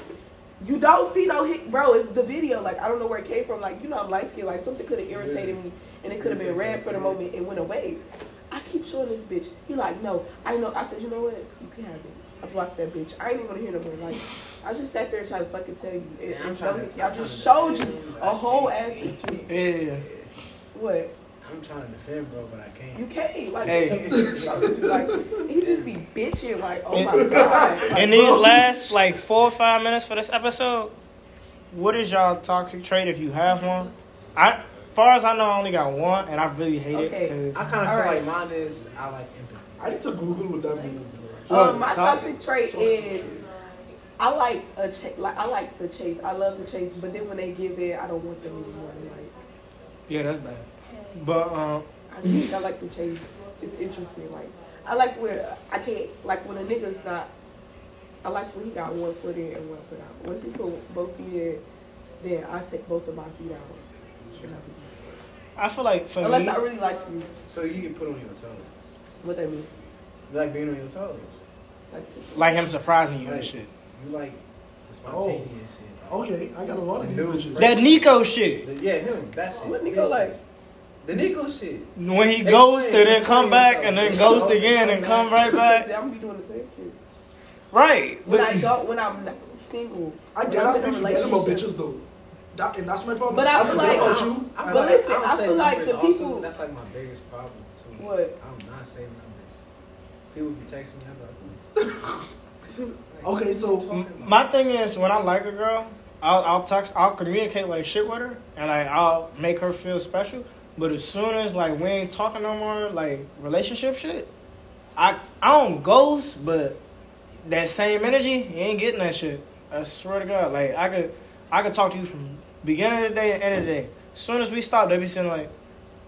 You don't see no hick, bro. It's the video. Like I don't know where it came from. Like you know, I'm light skinned Like something could have irritated me, and it could have been red for the moment. It went away. I keep showing this bitch. He like, no, I know. I said, you know what? You can have it. I blocked that bitch. I ain't even gonna hear no more. Like, I just sat there and tried to fucking tell you. It, it's no hickey. I just showed you a whole ass picture.
Yeah.
What?
I'm trying to defend, bro, but I can't.
You can't. Like,
Hey.
like he just be bitching. Like, oh my god. Like,
In these
bro.
last like four or five minutes for this episode, what is y'all toxic trait if you have one? I, far as I know, I only got one, and I really hate
Okay.
it
I
because
kind of feel
Alright.
like mine is I like empathy.
I need to Google what that means.
Um, my toxic trait is I like a cha- like I like the chase. I love the chase, but then when they give it, I don't want them anymore. Like,
yeah, that's bad. But um,
I just I like the chase. It's interesting. Like, I like where I can't like when a nigga's not. I like when he got one foot in and one foot out. Once he put both feet in, then I take both of my feet out.
I feel like for
Unless
me,
I really like you,
So you get put on your toes.
what that mean?
You like being on your toes.
Like, to-
like him surprising you and shit.
You like the spontaneous
Okay, I got a lot of
shit.
these bitches.
Oh. That Nico shit.
The- yeah, him. That shit.
What
That
Nico
shit.
like?
The Nico shit.
When he ghosted, then come back, and then ghost again, and come right
I'm
back.
gonna be doing the same shit.
Right.
When
But
I don't, when I'm not single,
I
when
get
I'm
out
in a
be forgetting about
relationship.
bitches though. That, and that's my problem.
But I feel
forget
like-
about you.
I-
and
but listen,
don't
I
say
feel like
numbers
the
also,
people-
That's like my biggest problem too.
What?
I'm not saying numbers. People be texting me. I'm like,
okay, so
my thing is, when I like a girl, I'll, I'll text, I'll communicate like shit with her, and like I'll make her feel special. But as soon as like we ain't talking no more, like relationship shit, I I don't ghost, but that same energy, you ain't getting that shit. I swear to God, like I could I could talk to you from beginning of the day to end of the day. As soon as we stop, they be saying like,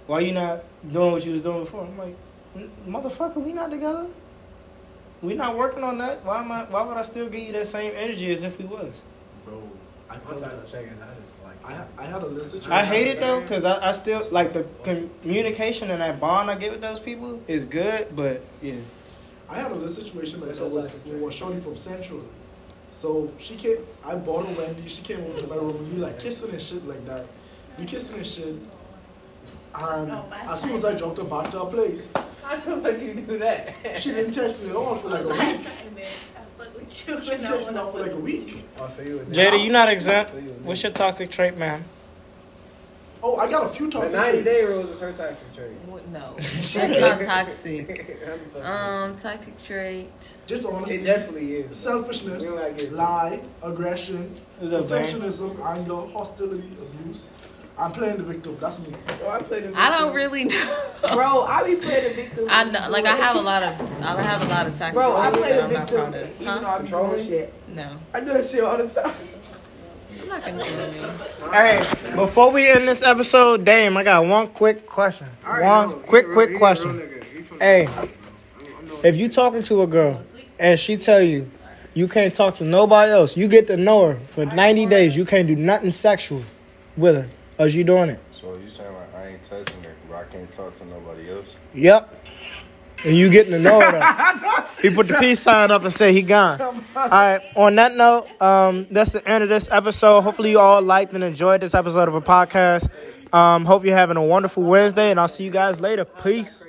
why you not doing what you was doing before? I'm like, "M- motherfucker, we not together. We not working on that. Why am I? Why would I still give you that same energy as if we was?
bro, I
I'm
feel
tired
like
of checking. I just like.
I I had a list situation.
I hate it though, cause I, I still like the communication and that bond I get with those people is good, but yeah,
I had a little situation like that with, with Shorty from Central. So she came, I bought her Wendy, she came over to my room and we like kissing and shit like that. We kissing and shit. And
Oh,
as soon as I dropped her back to her place,
How the fuck you do that?
she didn't text me at all for like a
Last
week.
time, man, I fuck with you
She
and
didn't
I
text me
wanna
now for like a week.
Oh, so you a nigga.
Jada, you not exempt.
So you a nigga.
What's your toxic trait, man?
Oh, I got a few
The
toxic
90 day
traits.
rules is her toxic trait.
What- No, that's not toxic.
I'm sorry.
Um, toxic trait.
it
Dishonesty,
definitely is.
selfishness,
We don't like it.
lie, aggression,
Is that bad?
perfectionism, anger, hostility, abuse. I'm playing the victim. That's me.
Bro, I, play the
I don't
victim.
really know.
Bro, I be playing the victim.
I know, like I have a lot of, I have a lot of toxic
Bro, I
traits
play
that
the
I'm not
victim.
proud of.
Even though
Huh?
I'm trolling shit,
No,
I do that shit all the time.
I'm not gonna do it.
Hey, before we end this episode, damn, I got one quick question. One quick, quick question. Hey, if you talking to a girl and she tell you you can't talk to nobody else, you get to know her for ninety days. You can't do nothing sexual with her. Are you doing it?
So you saying like I ain't touching her, but I can't talk to nobody else?
Yep. And you getting to know her. though. he put the peace sign up and said he gone. All right. On that note, um, that's the end of this episode. Hopefully, you all liked and enjoyed this episode of a podcast. Um, hope you're having a wonderful Wednesday, and I'll see you guys later. Peace.